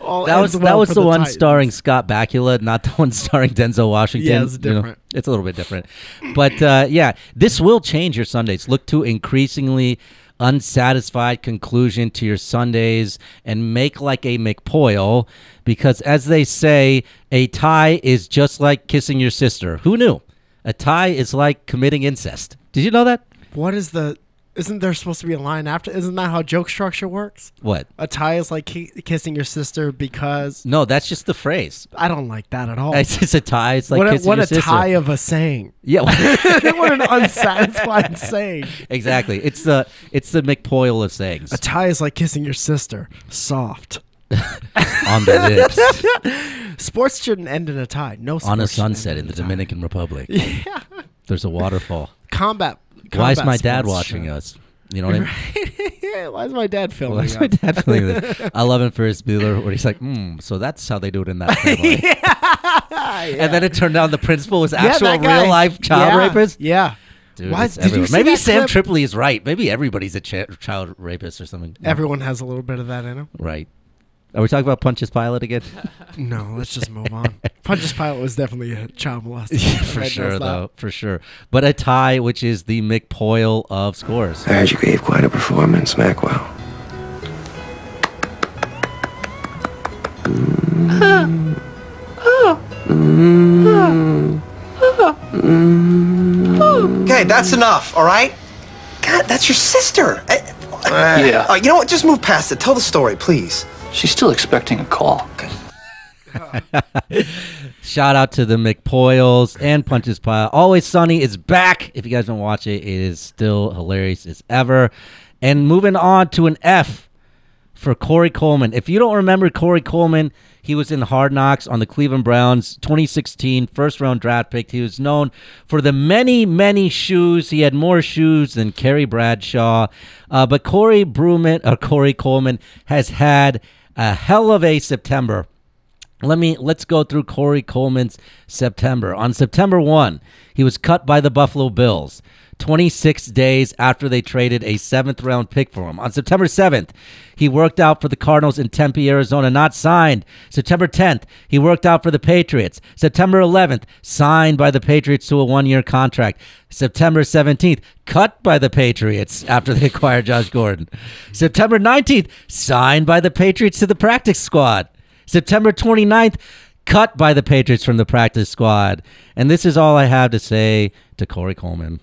S3: All
S4: that was that
S3: ends well
S4: was
S3: for
S4: the,
S3: the
S4: one
S3: Titans.
S4: starring Scott Bakula, not the [LAUGHS] one starring Denzel Washington.
S3: Yeah, it's
S4: You know,
S3: different.
S4: it's a little bit different, but uh, yeah, this will change your Sundays. Look to increasingly unsatisfied conclusion to your Sundays and make like a McPoyle, because as they say, a tie is just like kissing your sister. Who knew? A tie is like committing incest. Did you know that?
S3: What is the? Isn't there supposed to be a line after? Isn't that how joke structure works?
S4: What?
S3: A tie is like ki- kissing your sister because
S4: No, that's just the phrase. [LAUGHS]
S3: I don't like that at all.
S4: It's just a tie. It's like
S3: what a,
S4: kissing
S3: what
S4: your
S3: a
S4: sister.
S3: tie of
S4: [LAUGHS]
S3: a saying.
S4: Yeah.
S3: what an unsatisfying saying.
S4: exactly. It's the it's the McPoyle of sayings
S3: A tie is like kissing your sister, soft.
S4: on the lips
S3: [LAUGHS] sports shouldn't end in a tie. No sports
S4: on a
S3: should end
S4: sunset in the
S3: tie.
S4: Dominican Republic.
S3: [LAUGHS] Yeah.
S4: There's a waterfall.
S3: Combat.
S4: Why is
S3: combat
S4: my dad
S3: sports
S4: watching
S3: should-
S4: us? You know what I mean?
S3: [LAUGHS] Why is Oh my dad filming?
S4: Why is my
S3: us?
S4: dad feeling
S3: [LAUGHS]
S4: this? I love him for his Bueller, where he's like, "Hmm, so that's how they do it in
S3: [LAUGHS]
S4: that family." And then it turned out the principal was
S3: Yeah,
S4: actual
S3: that guy.
S4: real life child
S3: Yeah,
S4: rapist.
S3: Yeah.
S4: Dude,
S3: Why
S4: it's
S3: did you
S4: everywhere.
S3: see
S4: Maybe
S3: that
S4: Sam
S3: clip?
S4: Tripoli is right. Maybe everybody's a cha- child rapist or something.
S3: Everyone has a little bit of that in them.
S4: Right. Are we talking about Punch's Pilot
S3: [LAUGHS]
S4: again?
S3: No, let's just move on. Punch's Pilot was definitely a child molester.
S4: [LAUGHS] for
S3: Everybody
S4: sure,
S3: knows that.
S4: though. For sure. But a tie, which is the McPoyle of scores.
S10: I heard you gave quite a performance, Macwell.
S18: Okay, that's enough, all right? God, that's your sister. I-
S10: Yeah.
S18: Uh, you know what? Just move past it. Tell the story, please.
S10: She's still expecting a call.
S4: Shout out to the McPoyles and Punch's Pile. Always Sunny is back. If you guys don't watch it, it is still hilarious as ever. And moving on to an F for Corey Coleman. If you don't remember Corey Coleman, he was in Hard Knocks on the Cleveland Browns 2016 first round draft pick. He was known for the many, many shoes. He had more shoes than Kerry Bradshaw. Uh, but Corey Bruman or Corey Coleman has had a hell of a September let me let's go through Corey Coleman's September. On September 1, he was cut by the Buffalo Bills 26 days after they traded a 7th round pick for him. On September 7th, he worked out for the Cardinals in Tempe, Arizona, not signed. September 10th, he worked out for the Patriots. September 11th, signed by the Patriots to a 1-year contract. September 17th, cut by the Patriots after they [LAUGHS] acquired Josh Gordon. September 19th, signed by the Patriots to the practice squad. September 29th, cut by the Patriots from the practice squad. And this is all I have to say to Corey Coleman.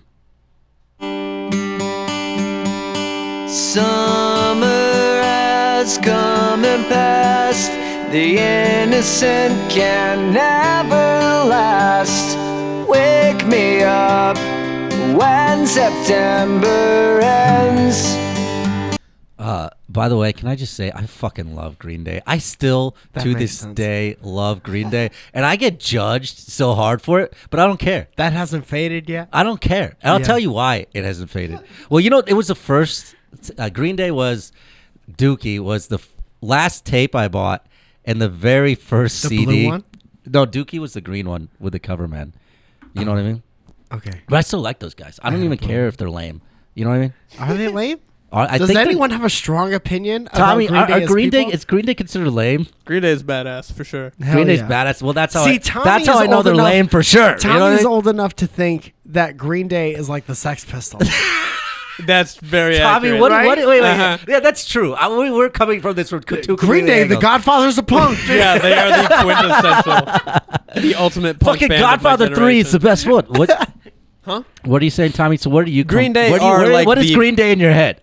S19: Summer has come and passed. The innocent can never last. Wake me up when September ends.
S4: Uh, by the way, can I just say I fucking love Green Day. I still
S3: That
S4: to
S3: makes
S4: this
S3: sense.
S4: day love Green Day, and I get judged so hard for it, but I don't care.
S3: That hasn't faded yet.
S4: I don't care. And I'll
S3: Yeah.
S4: tell you why it hasn't faded. Well, you know, it was the first. Uh, Green Day was Dookie was the f- last tape I bought, and the very first
S3: The blue
S4: CD.
S3: one?
S4: No, Dookie was the green one with the cover man. You know what I mean?
S3: Okay.
S4: But I still like those guys. I don't even care if they're lame. You know what I mean?
S3: Are they lame?
S4: I- I
S3: Does
S4: think they're-
S3: anyone have a strong opinion?
S4: Tommy,
S3: about Green
S4: are,
S3: Day
S4: are
S3: as
S4: Green Day
S3: people?
S4: is Green Day considered lame?
S16: Green Day is badass for sure.
S3: Hell
S4: Green Day's
S3: yeah.
S4: badass. Well, that's how
S3: See,
S4: I,
S3: Tommy
S4: that's how
S3: is
S4: I know
S3: old
S4: they're
S3: enough-
S4: lame for sure.
S3: Tommy
S4: you know what I
S3: is
S4: mean?
S3: old enough to think that Green Day is like the
S4: [LAUGHS]
S3: Sex Pistols.
S16: That's very
S4: Tommy,
S16: accurate.
S4: what? what wait, wait.
S16: Uh-huh.
S4: Yeah, that's true. I, we, we're coming from this from two completely
S3: Green Day, the
S4: angles.
S3: Godfather's a punk. dude.
S16: Yeah, they
S9: [LAUGHS]
S16: are the quintessential, the ultimate punk
S4: Fucking
S16: band of my
S4: Godfather Three is the best one.
S16: [LAUGHS]
S4: What?
S16: Huh?
S4: What are you saying, Tommy? So where do you come-
S16: Green Day
S4: where do you-
S16: are
S4: where-
S16: like
S4: what is
S16: the-
S4: Green Day in your head?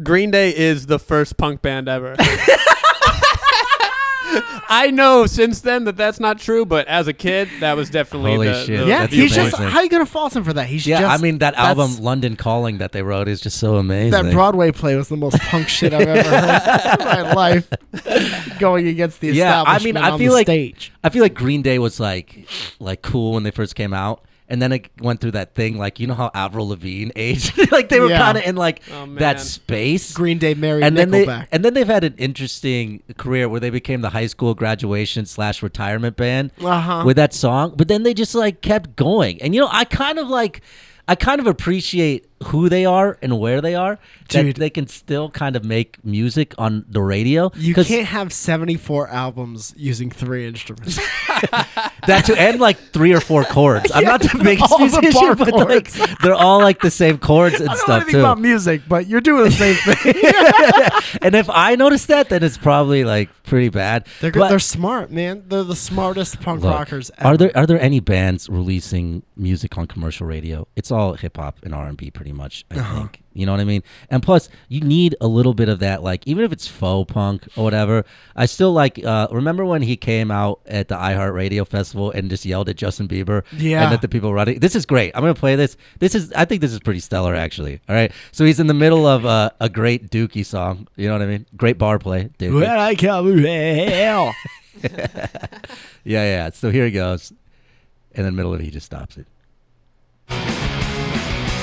S16: Green Day is the first punk band
S4: [LAUGHS]
S16: ever. [LAUGHS] I know since then that that's not true, but as a kid, that was definitely
S4: Holy
S16: the,
S4: shit,
S16: the-
S3: yeah,
S4: That's
S3: he's just.
S4: amazing.
S3: How you gonna fault him for that? He's
S4: Yeah,
S3: just.
S4: I mean that
S3: that's-
S4: album London Calling that they wrote is just so amazing.
S3: That Broadway play was the most punk shit I've ever
S4: [LAUGHS]
S3: heard in my life. Going against the
S4: yeah, I mean,
S3: establishment
S4: I
S3: on
S4: feel
S3: the
S4: like
S3: stage.
S4: I feel like Green Day was like like cool when they first came out, And then it went through that thing, like you know how Avril Lavigne aged, [LAUGHS] like they were
S3: Yeah.
S4: kind of in like
S3: Oh, man.
S4: that space.
S3: Green Day married
S4: and then
S3: Nickelback.
S4: They, and then they've had an interesting career where they became the high school graduation slash retirement band
S3: Uh-huh.
S4: with that song. But then they just like kept going. And you know, I kind of like, I kind of appreciate who they are and where they are.
S3: Dude.
S4: That they can still kind of make music on the radio.
S3: You
S4: 'Cause
S3: can't have 74 albums using three instruments.
S4: that to end like three or four chords. I'm not the
S3: Yeah,
S4: biggest
S3: all the
S4: musician,
S3: bar
S4: but like they're all like the same chords and
S3: [LAUGHS] I don't know
S4: stuff
S3: anything
S4: too.
S3: about music, but you're doing the same thing.
S4: [LAUGHS] and if I notice that, then it's probably like pretty bad.
S3: They're,
S4: But-
S3: they're smart, man. They're the smartest punk
S4: Look,
S3: rockers ever.
S4: Are there are there any bands releasing music on commercial radio? It's all hip hop and R and B, pretty much. I
S3: Uh-huh.
S4: think you know what I mean. And plus, you need a little bit of that, like even if it's faux punk or whatever. I still like. Uh, remember when he came out at the iHeart Radio Festival and just yelled at Justin Bieber?
S3: Yeah.
S4: And at the people running. This is great. I'm gonna play this. This is. I think this is pretty stellar, actually. All right. So he's in the middle of uh, a great Dookie song. You know what I mean? Great bar play. Dookie.
S3: Well, I come hell.
S4: yeah, yeah. So here he goes. And in the middle of it, he just stops it.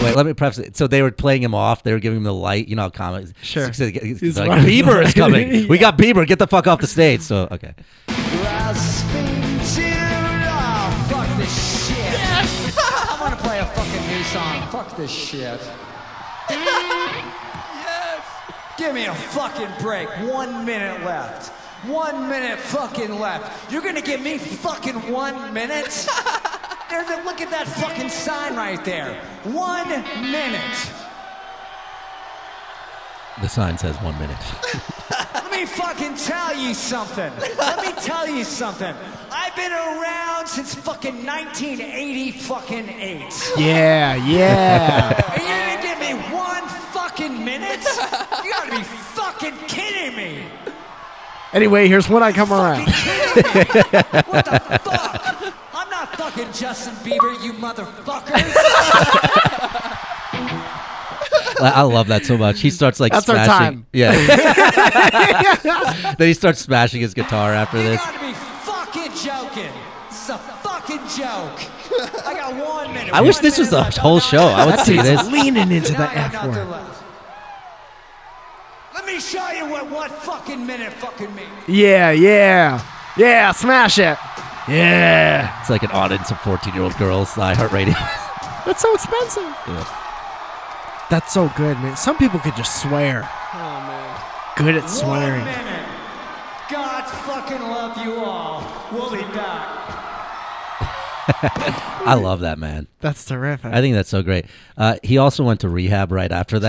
S4: Wait, let me preface it. So they were playing him off. They were giving him the light. You know how comics.
S3: Sure.
S4: They're Like,
S3: He's running
S4: Bieber is
S3: away.
S4: coming. We got Bieber. Get the fuck off the stage. So, okay.
S19: Grasping to oh, fuck this shit. Yes! I want to play a fucking new song. Fuck this shit. yes! Give me a fucking break. One minute left. One minute fucking left. You're gonna give me fucking one minute?
S9: [LAUGHS]
S19: There's a, look at that fucking sign right there. One minute.
S4: The sign says one minute.
S19: Let me fucking tell you something. Let me tell you something. I've been around since fucking 1980 fucking eight.
S3: Yeah, yeah.
S19: And you're gonna give me one fucking minute? You gotta be fucking kidding me.
S3: [LAUGHS] anyway, here's when I come around.
S19: What the fuck? I'm not fucking Justin Bieber, you motherfuckers.
S4: I I love that so much. He starts like
S19: That's our
S4: smashing.
S19: time.
S4: Yeah. then he starts smashing his guitar after this.
S19: gotta be fucking joking. This is a fucking joke. I got one minute.
S4: I wish this was the whole show. I would
S3: That
S4: see
S3: dude's
S4: this.
S3: leaning into the
S19: Now I got
S3: F
S19: nothing
S3: word.
S19: left. Let me show you what one fucking minute fucking means.
S3: Yeah, yeah. Yeah, smash it. Yeah.
S4: It's like an audience of 14 year old girls, iHeartRadio.
S3: That's so expensive. That's so good, man. Some people could just swear.
S19: Oh man.
S3: Good at
S19: One
S3: swearing.
S19: minute. God fucking love you all. We'll be back.
S4: I love that man.
S3: That's terrific.
S4: I think that's so great. Uh, he also went to rehab right after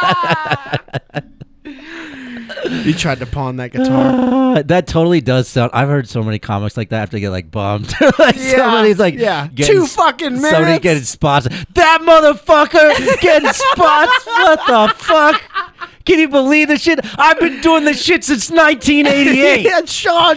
S4: that.
S3: You tried to pawn that guitar.
S4: Uh, [LAUGHS] that totally does sound. I've heard so many comics like that after they get like bummed. [LAUGHS] like
S3: Yeah,
S4: somebody's like,
S3: yeah.
S4: getting
S3: Two
S4: s-
S3: fucking
S4: Somebody
S3: minutes.
S4: getting spots. That motherfucker
S3: [LAUGHS]
S4: getting spots. What the fuck? Can you believe this shit? I've been doing this shit since 1988.
S3: [LAUGHS] [LAUGHS] yeah, Sean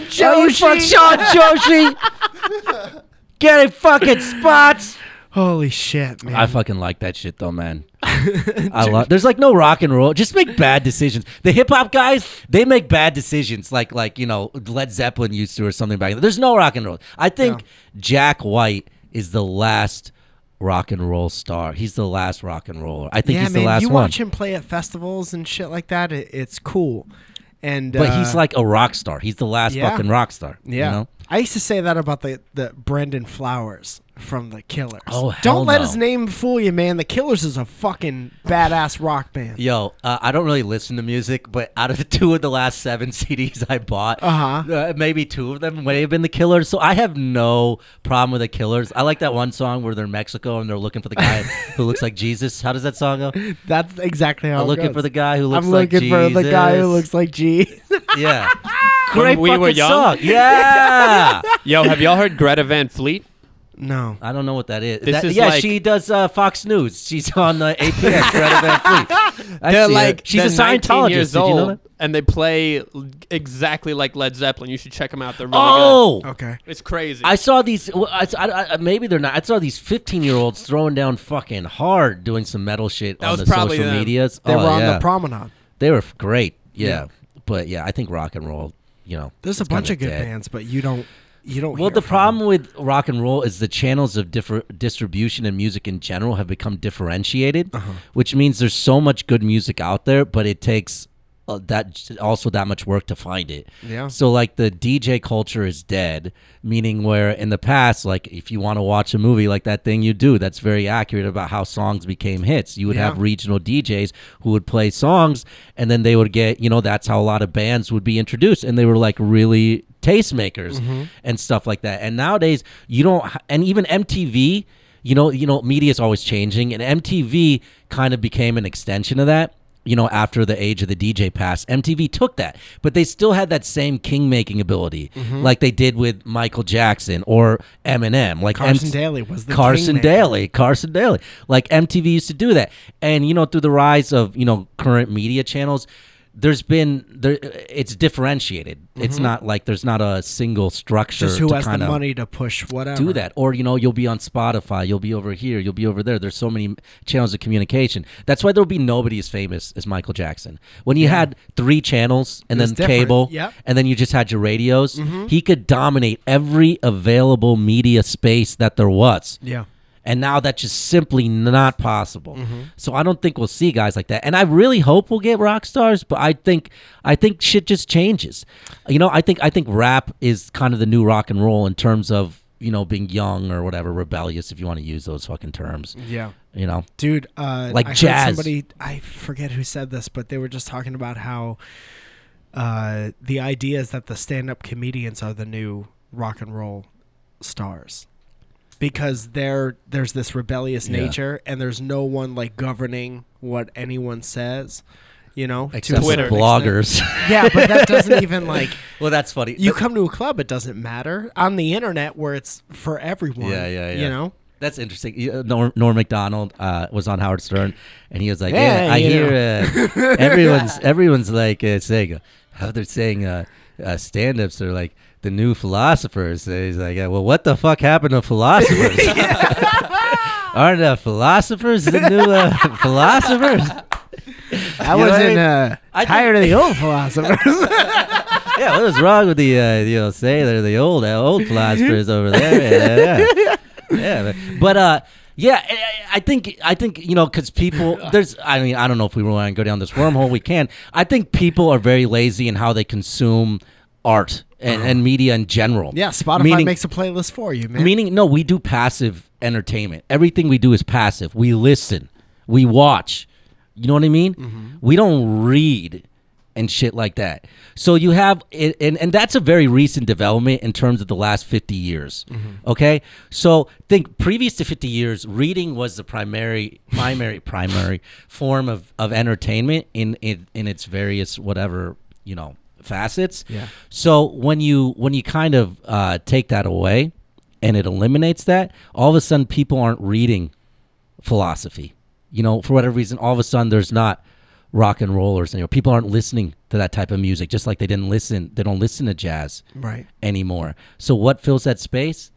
S4: Are you
S3: [LAUGHS] Joshi.
S4: fuck Sean Joshi?
S3: [LAUGHS]
S4: Getting fucking spots.
S3: Holy shit, man.
S4: I fucking like that shit though,
S3: [LAUGHS]
S4: man. I love. There's like no rock and roll. Just make bad decisions. The hip hop guys, they make bad decisions, like like you know Led Zeppelin used to or something back. then. There's no rock and roll. I think Jack White is the last rock and roll star. He's the last rock and roller. I think
S3: yeah,
S4: he's
S3: man,
S4: the last
S3: you
S4: one.
S3: watch him play at festivals and shit like that. It, it's cool. And
S4: but
S3: uh,
S4: he's like a rock star. He's the last
S3: yeah.
S4: fucking rock star.
S3: Yeah.
S4: You know?
S3: I used to say that about the, the Brendan Flowers from the Killers.
S4: Oh, hell
S3: Don't let
S4: no.
S3: his name fool you, man. The Killers is a fucking badass rock band.
S4: Yo, uh, I don't really listen to music, but out of [LAUGHS] the two of the last seven CDs I bought,
S3: Uh-huh.
S4: uh, maybe two of them may have been the Killers. So I have no problem with the Killers. I like that one song where they're in Mexico and they're looking for
S16: [LAUGHS]
S4: the guy who looks like Jesus. How does that song go?
S3: That's exactly how
S4: I'm
S3: it
S4: looking
S3: goes.
S4: for the guy who looks
S3: I'm
S4: like
S3: looking for the guy who
S4: Jesus.
S3: looks like G.
S16: [LAUGHS]
S4: Yeah.
S16: When
S4: Great
S16: we
S4: fucking
S16: were young?
S4: song. Yeah.
S16: Yo, have y'all heard Greta Van Fleet?
S3: [LAUGHS] No.
S4: I don't know what that is.
S16: This
S4: That-
S16: is
S4: yeah,
S16: like-
S4: she does uh, Fox News. She's on uh, APX. Greta Van
S16: [LAUGHS]
S4: Fleet. I
S16: they're
S4: see her.
S16: like
S4: she's a
S16: they're 19
S4: Scientologist.
S16: years
S4: Did you know
S16: old, Oh
S4: that?
S16: and they play l- exactly like Led Zeppelin. You should check them out. They're really
S4: Oh!
S16: good.
S4: Okay.
S16: it's crazy.
S4: I saw these. well, I, I, I, maybe they're not. I saw these fifteen-year-olds throwing down fucking hard, doing some metal shit
S16: That
S4: on
S16: was
S4: the
S16: probably
S4: social
S16: them.
S4: medias.
S3: They
S4: Oh,
S3: were on the
S4: yeah.
S3: promenade.
S4: They were f- great. Yeah.
S3: Yeah.
S4: but yeah, I think rock and roll. You know,
S3: There's a
S4: it's
S3: bunch
S4: kinda
S3: of good
S4: dead.
S3: bands, but you don't you don't.
S4: Well, the problem with rock and roll is the channels of differ- distribution and music in general have become differentiated,
S3: Uh-huh.
S4: which means there's so much good music out there, but it takes uh, that also that much work to find it.
S3: Yeah.
S4: So like the DJ culture is dead, meaning where in the past, like if you want to watch a movie, like that thing you do, that's very accurate about how songs became hits. You would have
S3: Yeah.
S4: regional DJs who would play songs, and then they would get, you know, that's how a lot of bands would be introduced, and they were like really tastemakers
S3: Mhm.
S4: and stuff like that. And nowadays, you don't, h- and even MTV, you know, you know, media is always changing, and MTV kind of became an extension of that. You know, after the age of the DJ passed, MTV took that, but they still had that same king making ability,
S3: Mhm.
S4: like they did with Michael Jackson or Eminem. Like
S3: Carson Daly was the
S4: Carson
S3: kingmaker.
S4: Daly, Carson Daly. Like MTV used to do that, and you know, through the rise of you know current media channels, there's been there. It's differentiated. It's
S3: Mhm.
S4: not like there's not a single structure.
S3: Just who
S4: to
S3: has the
S4: kinda
S3: money to push whatever.
S4: Do that, or you know, you'll be on Spotify, you'll be over here, you'll be over there. There's so many channels of communication. That's why there'll be nobody as famous as Michael Jackson. When you had three channels and
S3: It was
S4: then
S3: different.
S4: cable,
S3: Yep.
S4: and then you just had your radios,
S3: Mhm.
S4: he could dominate every available media space that there was.
S3: Yeah.
S4: And now that's just simply not possible.
S3: Mhm.
S4: So I don't think we'll see guys like that. And I really hope we'll get rock stars, but I think I think shit just changes. You know, I think I think rap is kind of the new rock and roll in terms of, you know, being young or whatever, rebellious if you want to use those fucking terms.
S3: Yeah.
S4: You know.
S3: dude. Uh,
S4: like
S3: I heard
S4: jazz.
S3: Somebody, I forget who said this, but they were just talking about how uh, the idea is that the stand-up comedians are the new rock and roll stars because there there's this rebellious
S4: Yeah.
S3: nature and there's no one like governing what anyone says. You know, to a
S4: Except for
S3: certain extent.
S4: bloggers.
S3: [LAUGHS] yeah, but that doesn't even like.
S4: [LAUGHS] Well, that's funny.
S3: You
S4: That-
S3: come to a club, it doesn't matter. On the internet, where it's for everyone.
S4: Yeah, yeah, yeah.
S3: You know,
S4: That's interesting. You- uh, Norm, Norm McDonald uh, was on Howard Stern, and he was like,
S3: Yeah,
S4: "Yeah, I
S3: you
S4: hear
S3: know." [LAUGHS]
S4: uh, everyone's everyone's like uh, saying uh, how they're saying uh, uh, stand-ups are like the new philosophers." And he's like, uh, "Well, what the fuck happened to
S3: [LAUGHS]
S4: philosophers? [LAUGHS] Aren't uh, philosophers the new uh, [LAUGHS] philosophers?"
S3: I
S4: You know what
S3: wasn't
S4: mean?
S3: [LAUGHS] uh,
S4: I think-
S3: tired of the old [LAUGHS] philosophers.
S4: [LAUGHS] yeah, what was wrong with the uh, you know say they're the old uh, old philosophers over there? Yeah, yeah. yeah but, but, uh, yeah, I- I- I think I think you know because people there's I mean I don't know if we want to go down this wormhole we can. I think people are very lazy in how they consume art and, and media in general.
S3: Uh-huh. yeah, Spotify
S4: Meaning-
S3: makes a playlist for you, man.
S4: Meaning, no, we do passive entertainment. Everything we do is passive. We listen, we watch. You know what I mean? We don't read and shit like that. So you have, and, and and that's a very recent development in terms of the last fifty years. Okay, so think previous to fifty years, reading was the primary, primary, primary form of of entertainment in in, in its various whatever you know facets.
S3: Yeah.
S4: So when you when you kind of uh, take that away and it eliminates that, all of a sudden people aren't reading philosophy. You know, for whatever reason, all of a sudden there's not rock and rollers anymore. People aren't listening to that type of music, just like they didn't listen. They don't listen to jazz
S3: Right.
S4: anymore. So what fills that space?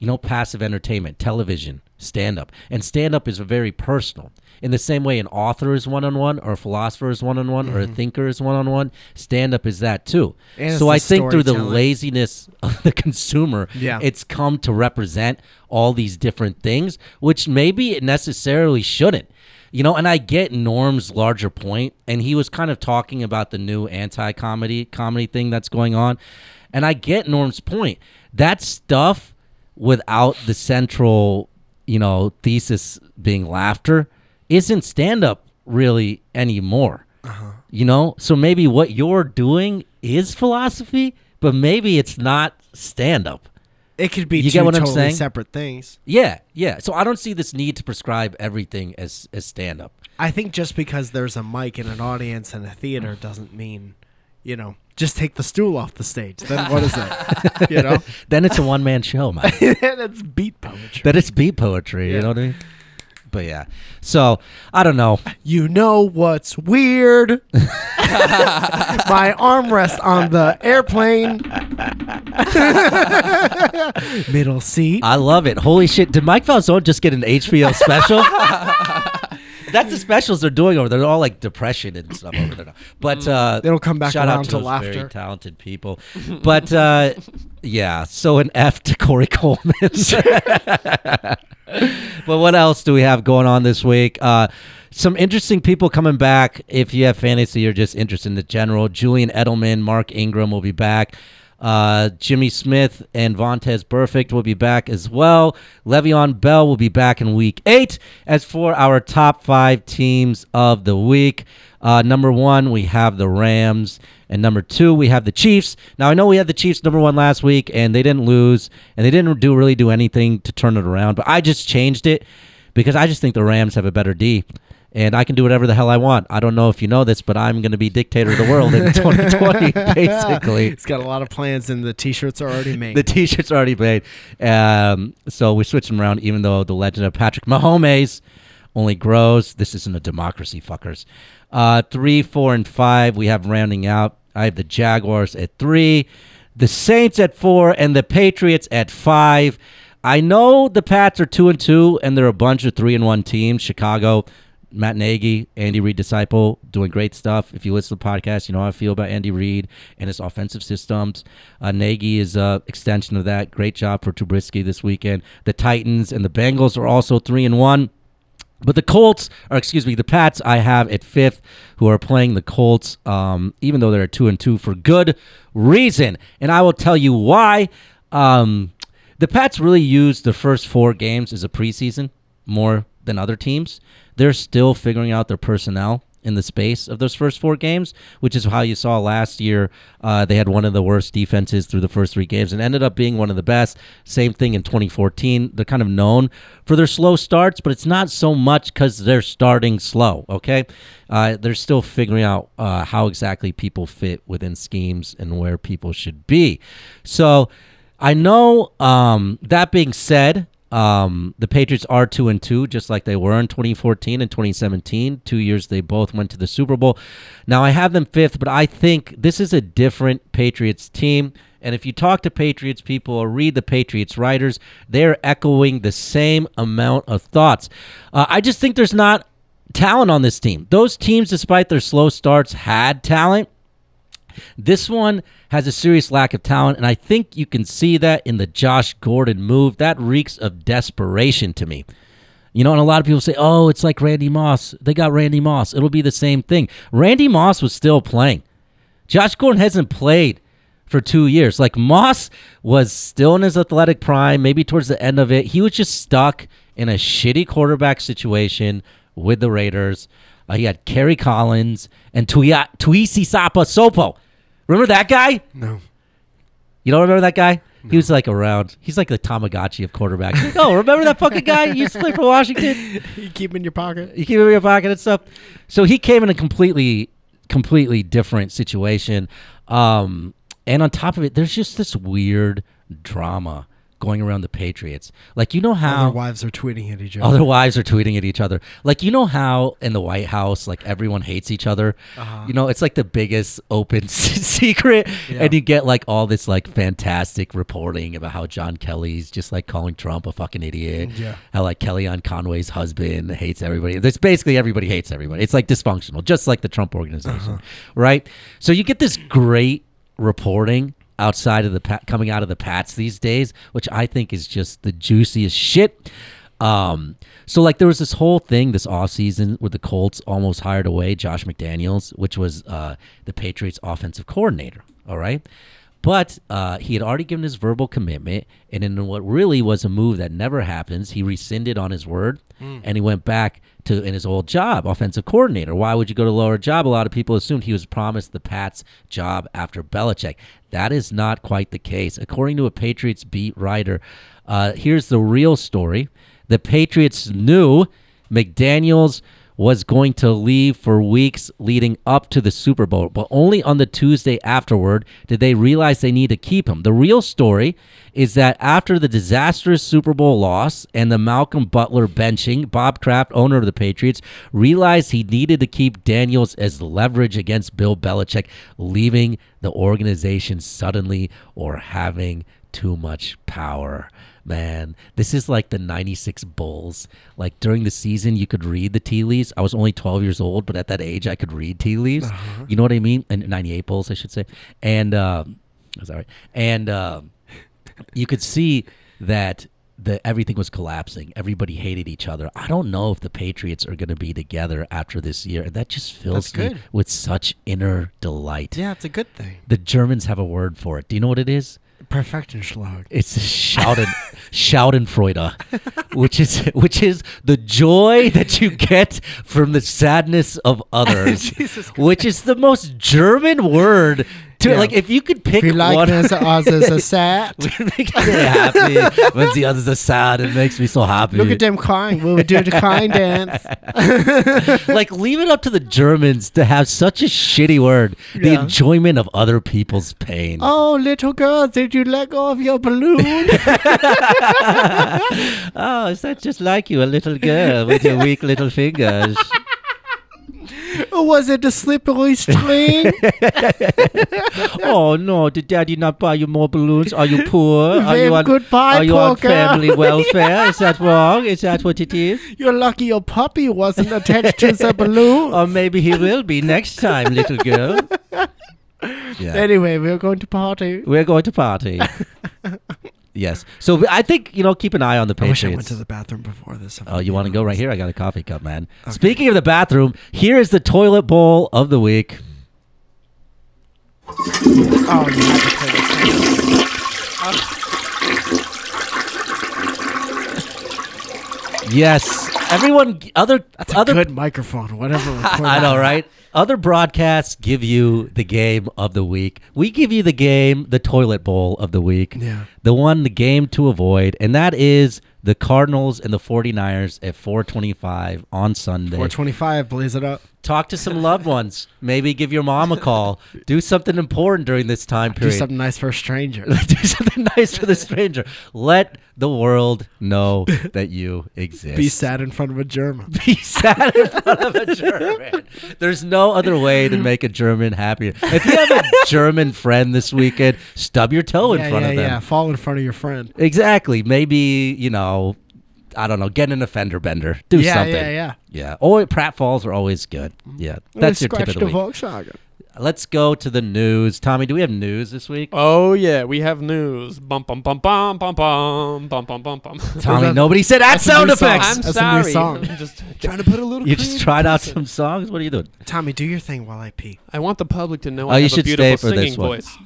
S4: You know, passive entertainment, television, stand up. And stand up is very personal. In the same way an author is one on one or a philosopher is one on one or a
S3: Mhm.
S4: thinker is one on one, stand up is that too.
S3: And it's
S4: so
S3: the
S4: I think through the
S3: storytelling.
S4: laziness of the [LAUGHS] consumer,
S3: Yeah.
S4: it's come to represent all these different things, which maybe it necessarily shouldn't. You know, and I get Norm's larger point, and he was kind of talking about the new anti-comedy comedy thing that's going on, and I get Norm's point. That stuff without the central, you know, thesis being laughter isn't stand-up really anymore. You know, so maybe what you're doing is philosophy, but maybe it's not stand up.
S3: It could be
S4: You
S3: two
S4: get what I'm
S3: totally
S4: saying?
S3: separate things.
S4: Yeah, yeah. So I don't see this need to prescribe everything as as stand up.
S3: I think just because there's a mic and an audience and a theater doesn't mean, you know, just take the stool off the stage. Then what
S4: [LAUGHS]
S3: is that? you know, [LAUGHS]
S4: then it's a one man show, man.
S3: that's beat poetry.
S4: That it's beat poetry. You know what I mean? But yeah. So I don't know.
S3: You know
S4: [LAUGHS]
S3: what's weird? My armrest on the
S4: [LAUGHS]
S3: airplane. Middle seat.
S4: Uh,
S3: [LAUGHS]
S4: I love it. Holy shit! Did Mike Falzone just get an HBO special? That's the specials they're doing over there. They're all like depression and stuff over there. Now. But uh,
S3: Mm. They don't come back
S4: shout
S3: around
S4: out to,
S3: to
S4: those
S3: laughter.
S4: Very talented people. But uh, yeah, so an F to Corey Coleman.
S3: [LAUGHS]
S4: but what else do we have going on this week? Uh, some interesting people coming back. If you have fantasy or just interested in the general, Julian Edelman, Mark Ingram will be back. Uh, Jimmy Smith and Vontez Perfect will be back as well. Le'Veon Bell will be back in week eight. As for our top five teams of the week, uh, number one, we have the Rams. And number two, we have the Chiefs. Now, I know we had the Chiefs number one last week, and they didn't lose, and they didn't do really do anything to turn it around. But I just changed it because I just think the Rams have a better D. And I can do whatever the hell I want. I don't know if you know this, but I'm going to be dictator of the world in 2020,
S3: [LAUGHS]
S4: basically.
S3: It's got a lot of plans, and the T-shirts are already made.
S4: The T-shirt's already made. Um, so we switched them around, even though the legend of Patrick Mahomes only grows. This isn't a democracy, fuckers. Uh, three, four, and five. We have rounding out. I have the Jaguars at three, the Saints at four, and the Patriots at five. I know the Pats are two and two, and they're a bunch of three and one teams. Chicago, Matt Nagy, Andy Reid disciple, doing great stuff. If you listen to the podcast, you know how I feel about Andy Reid and his offensive systems. Uh, Nagy is a extension of that. Great job for Trubisky this weekend. The Titans and the Bengals are also three and one. But the Colts, or excuse me, the Pats, I have at fifth, who are playing the Colts, um, even though they're at two and two for good reason, and I will tell you why. Um, the Pats really used the first four games as a preseason more than other teams. They're still figuring out their personnel in the space of those first four games, which is how you saw last year. Uh, they had one of the worst defenses through the first three games and ended up being one of the best. Same thing in 2014. They're kind of known for their slow starts, but it's not so much because they're starting slow, okay? Uh, they're still figuring out uh, how exactly people fit within schemes and where people should be. So, I know. Um, that being said, um, the Patriots are two and two, just like they were in 2014 and 2017. Two years they both went to the Super Bowl. Now I have them fifth, but I think this is a different Patriots team. And if you talk to Patriots people or read the Patriots writers, they're echoing the same amount of thoughts. Uh, I just think there's not talent on this team. Those teams, despite their slow starts, had talent. This one has a serious lack of talent, and I think you can see that in the Josh Gordon move. That reeks of desperation to me. You know, and a lot of people say, oh, it's like Randy Moss. They got Randy Moss. It'll be the same thing. Randy Moss was still playing. Josh Gordon hasn't played for two years. Like Moss was still in his athletic prime, maybe towards the end of it. He was just stuck in a shitty quarterback situation with the Raiders. Uh, he had Kerry Collins and Tuia Tuisi Sapa Sopo. Remember that guy?
S3: No.
S4: You don't remember that guy? He was like around. He's like the Tamagotchi of quarterbacks. [LAUGHS] Like, oh, remember that fucking guy? He used to play for Washington.
S3: you keep 'em in your pocket.
S4: You keep him in your pocket and stuff. So he came in a completely, completely different situation. Um, and on top of it, there's just this weird drama going around the Patriots. Like you know how
S3: Other wives are tweeting at each other.
S4: other wives are tweeting at each other. Like you know how in the White House, like everyone hates each other.
S3: Uh-huh.
S4: You know, it's like the biggest open [LAUGHS] secret,
S3: Yeah.
S4: and you get like all this like fantastic reporting about how John Kelly's just like calling Trump a fucking idiot.
S3: Yeah.
S4: How like Kellyanne Conway's husband hates everybody. There's basically everybody hates everybody. It's like dysfunctional, just like the Trump organization,
S3: Uh-huh.
S4: right? So you get this great reporting outside of the Pat, coming out of the Pats these days, which I think is just the juiciest shit. Um, so like there was this whole thing this offseason where the Colts almost hired away Josh McDaniels, which was uh, the Patriots offensive coordinator. All right. But uh, he had already given his verbal commitment, and in what really was a move that never happens, he rescinded on his word, and he went back to in his old job, offensive coordinator. Why would you go to a lower job? A lot of people assumed he was promised the Pats job after Belichick. That is not quite the case, according to a Patriots beat writer. Uh, here's the real story: the Patriots knew McDaniel's was going to leave for weeks leading up to the Super Bowl, but only on the Tuesday afterward did they realize they need to keep him. The real story is that after the disastrous Super Bowl loss and the Malcolm Butler benching, Bob Kraft, owner of the Patriots, realized he needed to keep Daniels as leverage against Bill Belichick leaving the organization suddenly or having too much power. man, this is like the 96 Bulls. Like during the season, you could read the tea leaves. I was only 12 years old, but at that age, I could read tea leaves.
S3: Uh-huh.
S4: You know what I mean? And 98 Bulls, I should say. And, um, sorry. And um, you could see that. The, everything was collapsing. Everybody hated each other. I don't know if the Patriots are going to be together after this year. And that just fills
S3: That's
S4: me
S3: good.
S4: with such inner delight.
S3: Yeah, it's a good thing.
S4: The Germans have a word for it. Do you know what it is? [LAUGHS]
S3: Perfektenschlag.
S4: It's Schauden, Schadenfreude, which is which is the joy that you get from the sadness of others,
S3: [LAUGHS] Jesus
S4: which is the most German word. To,
S3: Yeah.
S4: Like if you could pick
S3: We like
S4: one,
S3: this, others are sad.
S4: We [LAUGHS] make them happy when the others are sad. It makes me so happy.
S3: Look at them crying. We were doing the
S4: [LAUGHS]
S3: crying dance.
S4: like leave it up to the Germans to have such a shitty word. The
S3: Yeah.
S4: enjoyment of other people's pain.
S3: Oh, little girl, did you let go of
S4: [LAUGHS]
S3: your balloon?
S4: Oh, is that just like you, a little girl with your weak little
S3: [LAUGHS]
S4: fingers?
S3: Was it a slippery string?
S4: oh no, did daddy not buy you more balloons? Are you poor? [LAUGHS]
S3: [LAUGHS]
S4: Are
S3: Wave
S4: you on,
S3: goodbye,
S4: are you on
S3: poker. [LAUGHS]
S4: family welfare? Is that wrong? Is that what it is?
S3: You're lucky your puppy wasn't attached to
S4: [LAUGHS]
S3: the balloon.
S4: Or maybe he will be next time, little
S3: [LAUGHS]
S4: girl. Yeah.
S3: Anyway, we're going to party.
S4: We're going to
S3: [LAUGHS]
S4: party. yes. So I think, you know, keep an eye on the
S3: I
S4: Patriots.
S3: wish I went to the bathroom before this.
S4: Oh, you want to go right here? I got a coffee cup, man. Speaking of the bathroom, here is the toilet bowl of the week.
S3: Oh, you have to play this. thing.
S4: Yes, everyone. Other
S3: That's
S4: other
S3: a good microphone. Whatever.
S4: [LAUGHS]
S3: recorded.
S4: I know, right? Other broadcasts give you the game of the week. We give you the game, the toilet bowl of the week.
S3: Yeah.
S4: The one, the game to avoid, and that is the Cardinals and the 49ers at 425 on Sunday.
S3: 425 blaze it up.
S4: Talk to some loved ones. Maybe give your mom a call. Do something important during this time
S3: Do
S4: period.
S3: something nice for a stranger.
S4: [LAUGHS] do something nice for the stranger. Let the world know that you exist.
S3: Be sad in front of
S4: [LAUGHS]
S3: a German.
S4: Be sad in front of a German. There's no other way to make a German happier. If you
S3: [LAUGHS]
S4: have a German friend this weekend, stub your toe in
S3: yeah,
S4: front
S3: yeah,
S4: of them.
S3: yeah. Fall in front of your friend.
S4: Exactly. Maybe, you know, I don't know, get in a fender bender. Do
S3: Yeah,
S4: something.
S3: yeah, Mm-hmm. yeah.
S4: Yeah. Or pratfalls are always good. Yeah. That's your tip of the week.
S3: Volkswagen.
S4: Let's go to the news. Tommy, do we have news this week?
S16: Oh yeah, we have news. Bum bum bum bum bum bum bum bum bum bum.
S4: Tommy, nobody said add
S3: That's a
S4: sound
S3: new song.
S4: effects.
S16: I'm
S3: That's a
S16: sorry.
S3: new song.
S16: I'm just
S3: Trying to put a little.
S4: You
S3: [LAUGHS]
S4: just tried out some songs? What are you doing?
S3: Tommy, do your thing while I pee.
S16: I want the public to know
S4: Oh,
S16: I
S4: you
S16: have a
S4: should stay
S16: beautiful
S4: for this
S16: singing
S4: one.
S16: voice.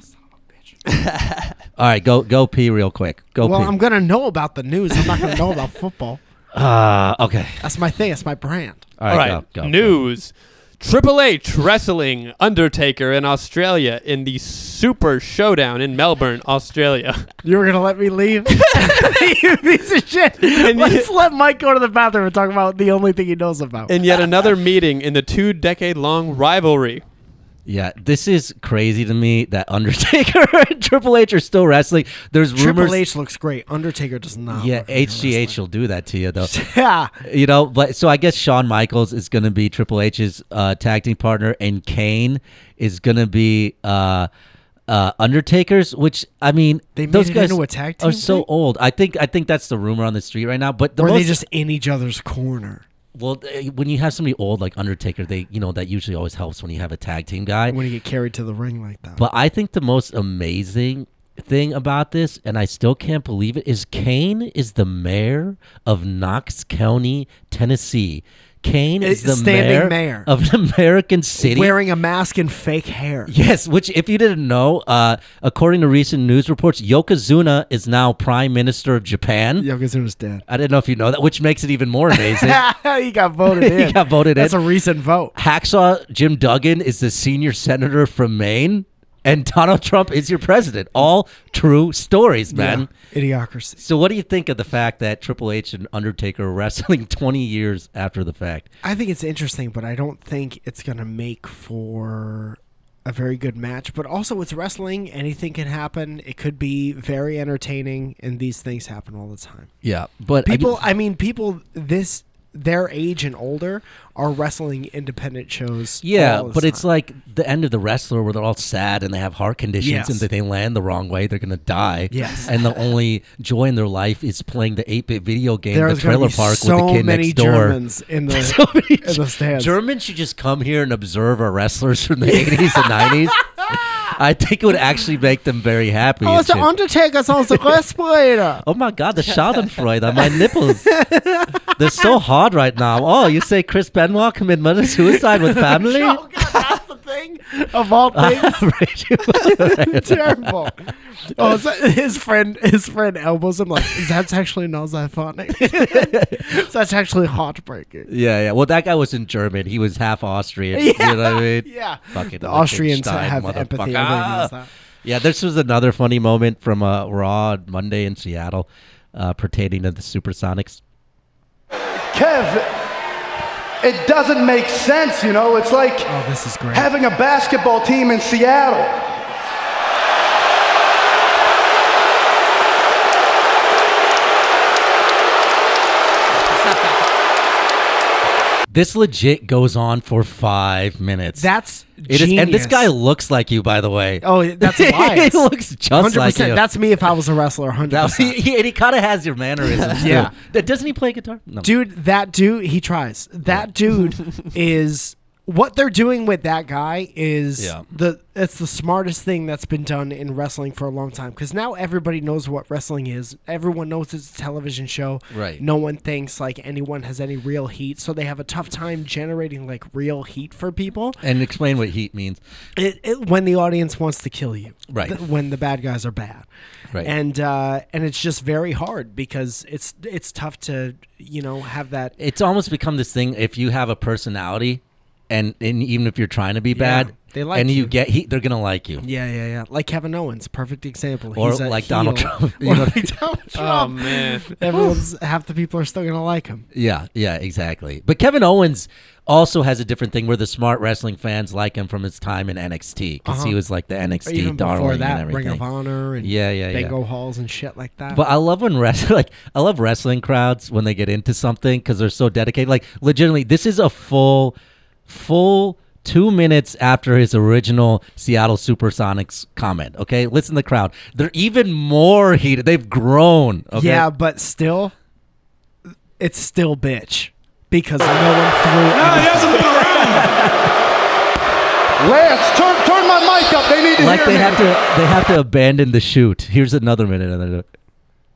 S4: All right, go go pee real quick. Go
S3: well,
S4: pee.
S3: I'm gonna know about the news. I'm not gonna know about football.
S4: uh, okay.
S3: That's my thing. That's my brand.
S4: All
S16: All
S4: right,
S16: right,
S4: go, go, go.
S16: news. Triple H wrestling Undertaker in Australia in the Super Showdown in Melbourne, Australia. [LAUGHS]
S3: You were gonna let me leave? [LAUGHS] you piece
S4: [LAUGHS]
S3: of shit. Let's let Mike go to the bathroom and talk about the only thing he knows about.
S16: In yet another meeting in the two decade long rivalry.
S4: Yeah, this is crazy to me that Undertaker [LAUGHS] and Triple H are still wrestling. There's rumors.
S3: Triple H Oh, looks great. Undertaker does not.
S4: yeah,
S3: look like a
S4: HGH will do that to you
S3: [LAUGHS]
S4: though.
S3: wrestler. Yeah.
S4: you know, but so I guess Shawn Michaels is going to be Triple H's uh, tag team partner, and Kane is going to be uh, uh, Undertaker's. Which I mean,
S3: They made
S4: those
S3: it
S4: guys
S3: into a tag
S4: are
S3: team
S4: so
S3: thing?
S4: old. I think I think that's the rumor on the street right now. But the
S3: Or
S4: most
S3: they just in each other's corner
S4: well, eh, when you have somebody old like Undertaker, they you know that usually always helps when you have a tag team guy.
S3: when you get carried to the ring like that.
S4: But I think the most amazing thing about this, and I still can't believe it, is Kane is the mayor of Knox County, Tennessee. Kane is
S3: It's
S4: the mayor,
S3: standing mayor.
S4: of an American city.
S3: Wearing a mask and fake hair.
S4: Yes, which, if you didn't know, uh, according to recent news reports, Yokozuna is now prime minister of Japan.
S3: Yokozuna's dead.
S4: I didn't know if you know that, which makes it even more amazing.
S3: [LAUGHS] he got
S4: [LAUGHS]
S3: voted
S4: He
S3: in.
S4: got voted in.
S3: That's a recent vote.
S4: Hacksaw Jim Duggan is the senior senator from Maine, and Donald Trump is your president. All true stories, [LAUGHS] man.
S3: Yeah. Idiocracy.
S4: So, what do you think of the fact that Triple H and Undertaker are wrestling [LAUGHS] 20 years after the fact?
S3: I think it's interesting, but I don't think it's going to make for a very good match. But also, it's wrestling. Anything can happen. It could be very entertaining, and these things happen all the time.
S4: Yeah, but
S3: People, I mean, people, this their age and older are wrestling independent shows.
S4: Yeah,
S3: all the
S4: but it's
S3: time.
S4: like the end of the wrestler where they're all sad and they have heart conditions
S3: Yes.
S4: and if they land the wrong way, they're gonna die.
S3: Yes.
S4: And the only joy in their life is playing the eight bit video game,
S3: There's
S4: the
S3: gonna
S4: trailer
S3: be
S4: park with
S3: so
S4: the kid
S3: many
S4: next door.
S3: Germans in
S4: [LAUGHS]
S3: the- in the stands.
S4: Germans should just come here and observe our wrestlers from the eighties and nineties. I think it would actually make them very happy.
S2: Oh,
S4: and
S2: it's the
S4: shit.
S2: Undertaker's on the respirator.
S4: Oh my God, the Schadenfreude on my
S3: [LAUGHS]
S4: nipples. They're so hard right now. Oh, you say Chris Benoit committed murder suicide with
S3: [LAUGHS]
S4: family?
S2: Oh, God, that's the thing of
S4: [LAUGHS]
S2: all
S4: Oh,
S2: things.
S3: [LAUGHS] terrible. Oh, is that- his friend, his friend elbows him like, "That's actually not zyphonic. [LAUGHS] That's actually heartbreaking."
S4: Yeah, yeah. Well, that guy was in German. He was half Austrian.
S3: Yeah,
S4: you know what I mean?
S3: yeah.
S4: Fucking
S3: The Austrians
S4: Liechtenstein
S3: have
S4: motherfucker.
S3: empathy. Everybody knows that.
S4: Yeah, this was another funny moment from uh, Raw on Monday in Seattle uh, pertaining to the Supersonics.
S20: Kev, it doesn't make sense, you know? It's like
S3: Oh, This is great.
S20: having a basketball team in Seattle.
S4: This legit goes on for five minutes.
S3: That's
S4: it is, and this
S3: genius.
S4: guy looks like you, by the way. [LAUGHS]
S3: Oh, that's why
S4: he looks just like you.
S3: That's me if I was a wrestler. Hundred [LAUGHS]
S4: That was-
S3: percent.
S4: he, he- and he kind of has your mannerisms.
S3: Yeah.
S4: too. That- doesn't he play guitar? No.
S3: Dude, that dude, he tries.
S4: [LAUGHS]
S3: That dude is what they're doing with that guy is
S4: Yeah.
S3: the it's the smartest thing that's been done in wrestling for a long time because now everybody knows what wrestling is. Everyone knows it's a television show.
S4: Right.
S3: No one thinks like anyone has any real heat, so they have a tough time generating like real heat for people.
S4: And explain what heat means.
S3: It, it, when the audience wants to kill you,
S4: Right.
S3: Th- when the bad guys are bad,
S4: Right.
S3: And uh, and it's just very hard because it's it's tough to you know have that
S4: It's almost become this thing. If you have a personality, and, and even if you're trying to be bad,
S3: they like
S4: and you,
S3: you.
S4: get heat, they're gonna like you.
S3: Yeah, yeah, yeah. Like Kevin Owens, perfect example.
S4: Or
S3: He's a
S4: like Donald
S3: heel.
S4: Trump, you
S3: Or
S4: know?
S3: [LAUGHS] like Donald Trump.
S16: man.
S3: Everyone's half the people are still gonna like him.
S4: Yeah, yeah, exactly. But Kevin Owens also has a different thing where the smart wrestling fans like him from his time in NXT because he
S3: Uh-huh.
S4: was like the
S3: Or
S4: NXT
S3: even
S4: darling
S3: before that,
S4: and everything.
S3: Ring of Honor and
S4: yeah, yeah, yeah.
S3: Bingo halls and shit like that.
S4: But uh, I love when wrestling, [LAUGHS] like I love wrestling crowds when they get into something because they're so dedicated. Like legitimately, this is a full, full two minutes after his original Seattle SuperSonics comment. Okay, listen to the crowd; they're even more heated. They've grown. Okay?
S3: Yeah, but still, it's still bitch because no one
S4: [LAUGHS]
S3: threw. No, he hasn't been around.
S20: Lance, turn turn my mic up. They need to
S4: like
S20: hear
S4: they
S20: me.
S4: have to, they have
S3: [LAUGHS]
S4: to abandon the shoot. Here's another minute. of it.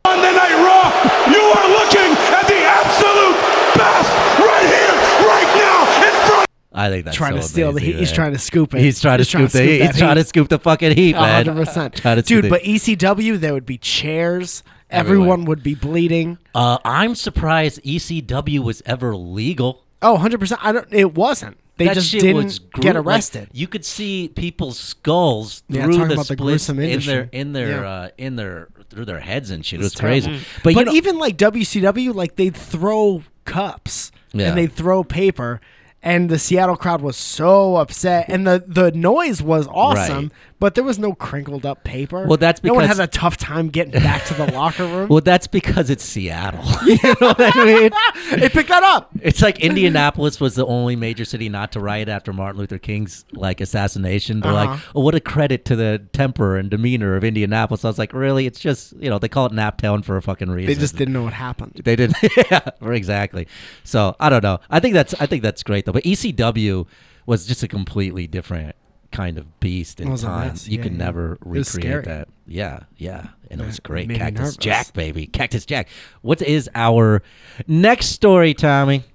S17: Monday Night Raw, you are looking at the absolute best right here, right now, in front
S4: I think that's
S3: Trying
S4: so
S3: to steal the
S4: amazing,
S3: heat. He's
S4: man.
S3: trying to scoop it.
S4: He's trying to
S3: He's trying
S4: scoop
S3: to
S4: the
S3: scoop
S4: heat.
S3: that
S4: He's trying to
S3: heat.
S4: scoop the fucking heat, man.
S3: 100%.
S4: Trying to scoop
S3: Dude,
S4: the-
S3: but ECW, there would be chairs.
S4: Everywhere.
S3: Everyone would be bleeding.
S4: Uh, I'm surprised ECW was ever legal.
S3: Oh, 100%. I don't, it wasn't. They
S4: That
S3: just
S4: shit was
S3: didn't
S4: gru-
S3: get
S4: like,
S3: arrested.
S4: you could see people's skulls
S3: Yeah,
S4: through
S3: talking
S4: the
S3: about the
S4: splits
S3: gruesome
S4: in
S3: industry.
S4: their in their
S3: Yeah.
S4: uh, in their through their heads and shit. It was
S3: terrible.
S4: crazy.
S3: But,
S4: But, you know,
S3: even like WCW, like they'd throw cups
S4: Yeah.
S3: and they'd throw paper, and the Seattle crowd was so upset, and the the noise was awesome,
S4: Right.
S3: but there was no crinkled up paper.
S4: Well, that's
S3: no one
S4: because-
S3: has a tough time getting back to
S4: [LAUGHS]
S3: the locker room.
S4: well, that's because it's Seattle. [LAUGHS] you know what I mean?
S3: They picked that up.
S4: [LAUGHS] It's like Indianapolis was the only major city not to riot after Martin Luther King's like assassination. They're like,
S3: Uh-huh.
S4: oh, what a credit to the temper and demeanor of Indianapolis. I was like, really? It's just you know they call it Naptown for a fucking reason.
S3: They just didn't know what happened.
S4: They didn't. [LAUGHS] yeah, right, exactly. So I don't know. I think that's I think that's great though. But ECW was just a completely different kind of beast
S3: It
S4: in
S3: was a
S4: time.
S3: mess.
S4: You
S3: Yeah,
S4: could
S3: yeah.
S4: never
S3: It was
S4: recreate
S3: scary.
S4: that. Yeah, yeah. And it
S3: Yeah,
S4: was great.
S3: made me
S4: Cactus
S3: nervous.
S4: Jack, baby. Cactus Jack. What is our next story, Tommy?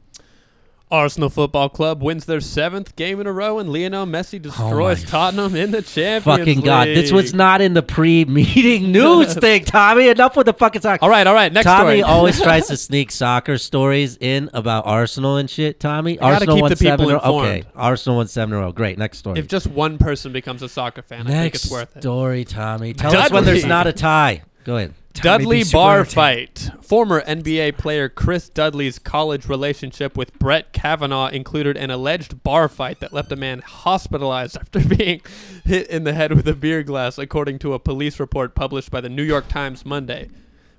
S16: Arsenal Football Club wins their seventh game in a row, and Lionel Messi destroys Tottenham in the Champions
S4: Oh Fucking god. This was
S16: League.
S4: not in the
S16: [LAUGHS]
S4: pre-meeting news thing, Tommy. Enough with the fucking soccer.
S16: All right, all right. Next
S4: Tommy
S16: story.
S4: always tries to sneak soccer stories in about Arsenal and shit. Tommy,
S16: gotta
S4: Arsenal
S16: keep
S4: won
S16: the people
S4: seven. in a- Okay,
S16: informed.
S4: Arsenal won seven in a row. Great. Next
S16: [LAUGHS]
S4: story.
S16: If just one person becomes a soccer fan, I think
S4: Next
S16: it's worth it.
S4: story, Tommy. Tell us when there's
S16: Dudley.
S4: not a tie. Go ahead.
S16: Dudley bar
S4: [LAUGHS]
S16: fight. Former NBA player Chris Dudley's college relationship with Brett Kavanaugh included an alleged bar fight that left a man hospitalized [LAUGHS] after being hit in the head with a beer glass, according to a police report published by the New York Times Monday.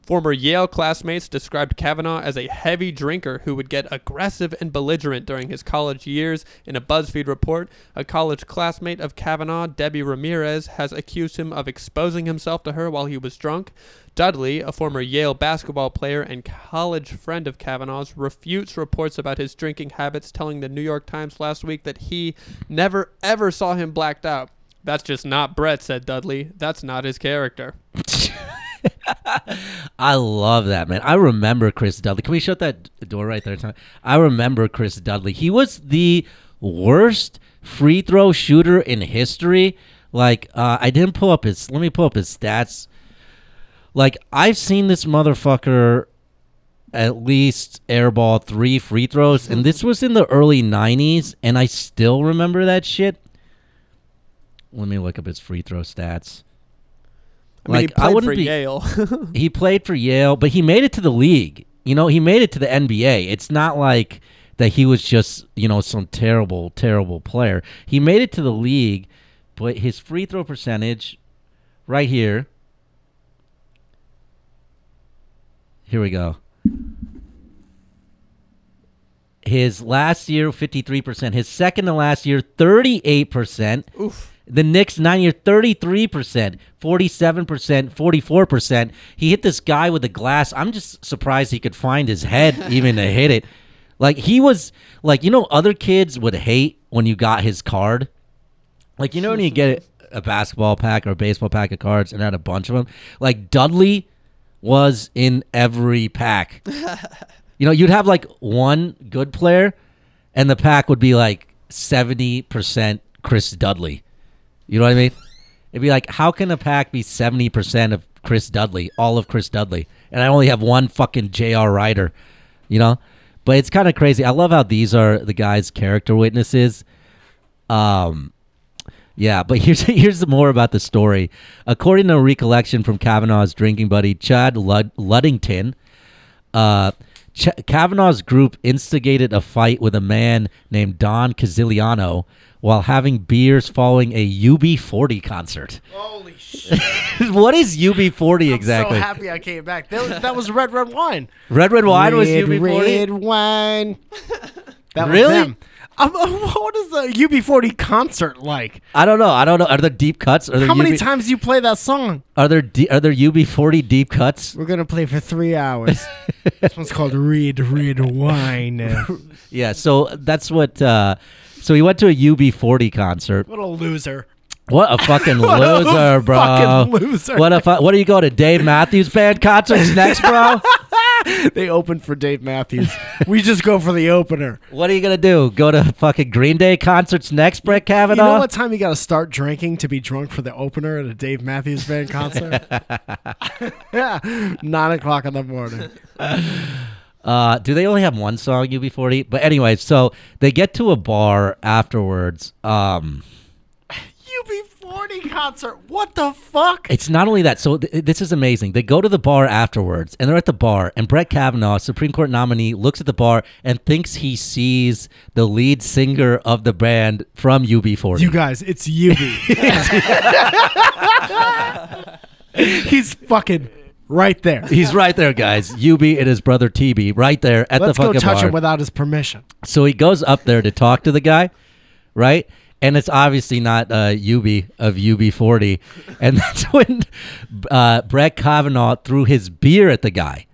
S16: Former Yale classmates described Kavanaugh as a heavy drinker who would get aggressive and belligerent during his college years. In a BuzzFeed report, a college classmate of Kavanaugh, Debbie Ramirez, has accused him of exposing himself to her while he was drunk. Dudley, a former Yale basketball player and college friend of Kavanaugh's, refutes reports about his drinking habits, telling the New York Times last week that he never ever saw him blacked out. That's just not Brett, said Dudley. That's not his character.
S4: I love that man. I remember Chris Dudley. Can we shut that door right there? Tom? I remember Chris Dudley. He was the worst free throw shooter in history. Like uh, I didn't pull up his. Let me pull up his stats. Like I've seen this motherfucker at least airball three free throws, and this was in the early '90s, and I still remember that shit. Let me look up his free throw stats.
S16: I mean, he played for Yale. [LAUGHS]
S4: he played for Yale, but he made it to the league. You know, he made it to the NBA. It's not like that he was just, you know, some terrible, terrible player. He made it to the league, but his free throw percentage right here. Here we go. His last year, 53%. His second to last year, 38%.
S16: Oof.
S4: The Knicks nine year thirty three percent, forty seven percent, forty four percent. He hit this guy with a glass. I'm just surprised he could find his head even to hit it. Like he was like you know other kids would hate when you got his card. Like you know when you get a basketball pack or a baseball pack of cards and had a bunch of them. Like Dudley was in every pack. you know you'd have like one good player, and the pack would be like seventy percent Chris Dudley. You know what I mean? It'd be like, how can a pack be seventy percent of Chris Dudley, all of Chris Dudley, and I only have one fucking J.R. Ryder, you know? But it's kind of crazy. I love how these are the guy's character witnesses. Um, yeah, but [LAUGHS] here's here's more about the story. According to a recollection from Kavanaugh's drinking buddy Chad Lud- Luddington, uh, Ch- Kavanaugh's group instigated a fight with a man named Don Cazigliano while having beers following a UB40 concert. [LAUGHS]
S3: Holy shit.
S4: what is UB40 exactly?
S3: So happy I came back. That was, that was red, red wine.
S4: Red Red Wine was
S3: Red,
S4: UB40? [LAUGHS]
S3: Red wine. That was
S4: Really?
S3: them. Um, [LAUGHS] what is the UB40 concert like?
S4: I don't know. I don't know. Are there deep cuts? Are there
S3: How many
S4: UB
S3: times do you play that song?
S4: Are there de- are there UB40 deep cuts?
S3: We're gonna play for three [LAUGHS] hours. this one's called Red Red Wine.
S4: Yeah, so that's what uh so he went to a UB40 concert.
S3: [LAUGHS] What a loser.
S4: What a fucking
S3: [LAUGHS] What a
S4: loser, bro.
S3: fucking loser.
S4: What a fu- what are you going to Dave Matthews band concerts next,
S3: [LAUGHS]
S4: bro?
S3: they opened for Dave Matthews. we just go for
S4: [LAUGHS]
S3: the opener.
S4: What are you gonna do? Go to fucking Green Day concerts next, Brett
S3: You
S4: Kavanaugh?
S3: know what time you got to start drinking to be drunk for the opener at a Dave Matthews Band [LAUGHS] concert? yeah, nine o'clock in the morning.
S4: Uh, do they only have one song, UB40? But anyway, so they get to a bar afterwards. Um,
S3: UB40 concert. What the fuck?
S4: it's not only that. So th- this is amazing. They go to the bar afterwards, and they're at the bar, and Brett Kavanaugh, Supreme Court nominee, looks at the bar and thinks he sees the lead singer of the band from UB40.
S3: You [LAUGHS] guys, it's
S4: [LAUGHS]
S3: UB. He's fucking right there.
S4: He's right there, guys. UB and his brother TB, right there at
S3: Let's
S4: the fucking
S3: go touch
S4: bar.
S3: him without his permission.
S4: So he goes up there to talk to the guy, right? And it's obviously not uh, UB of UB40. And [LAUGHS] that's when uh, Brett Kavanaugh threw his beer at the guy,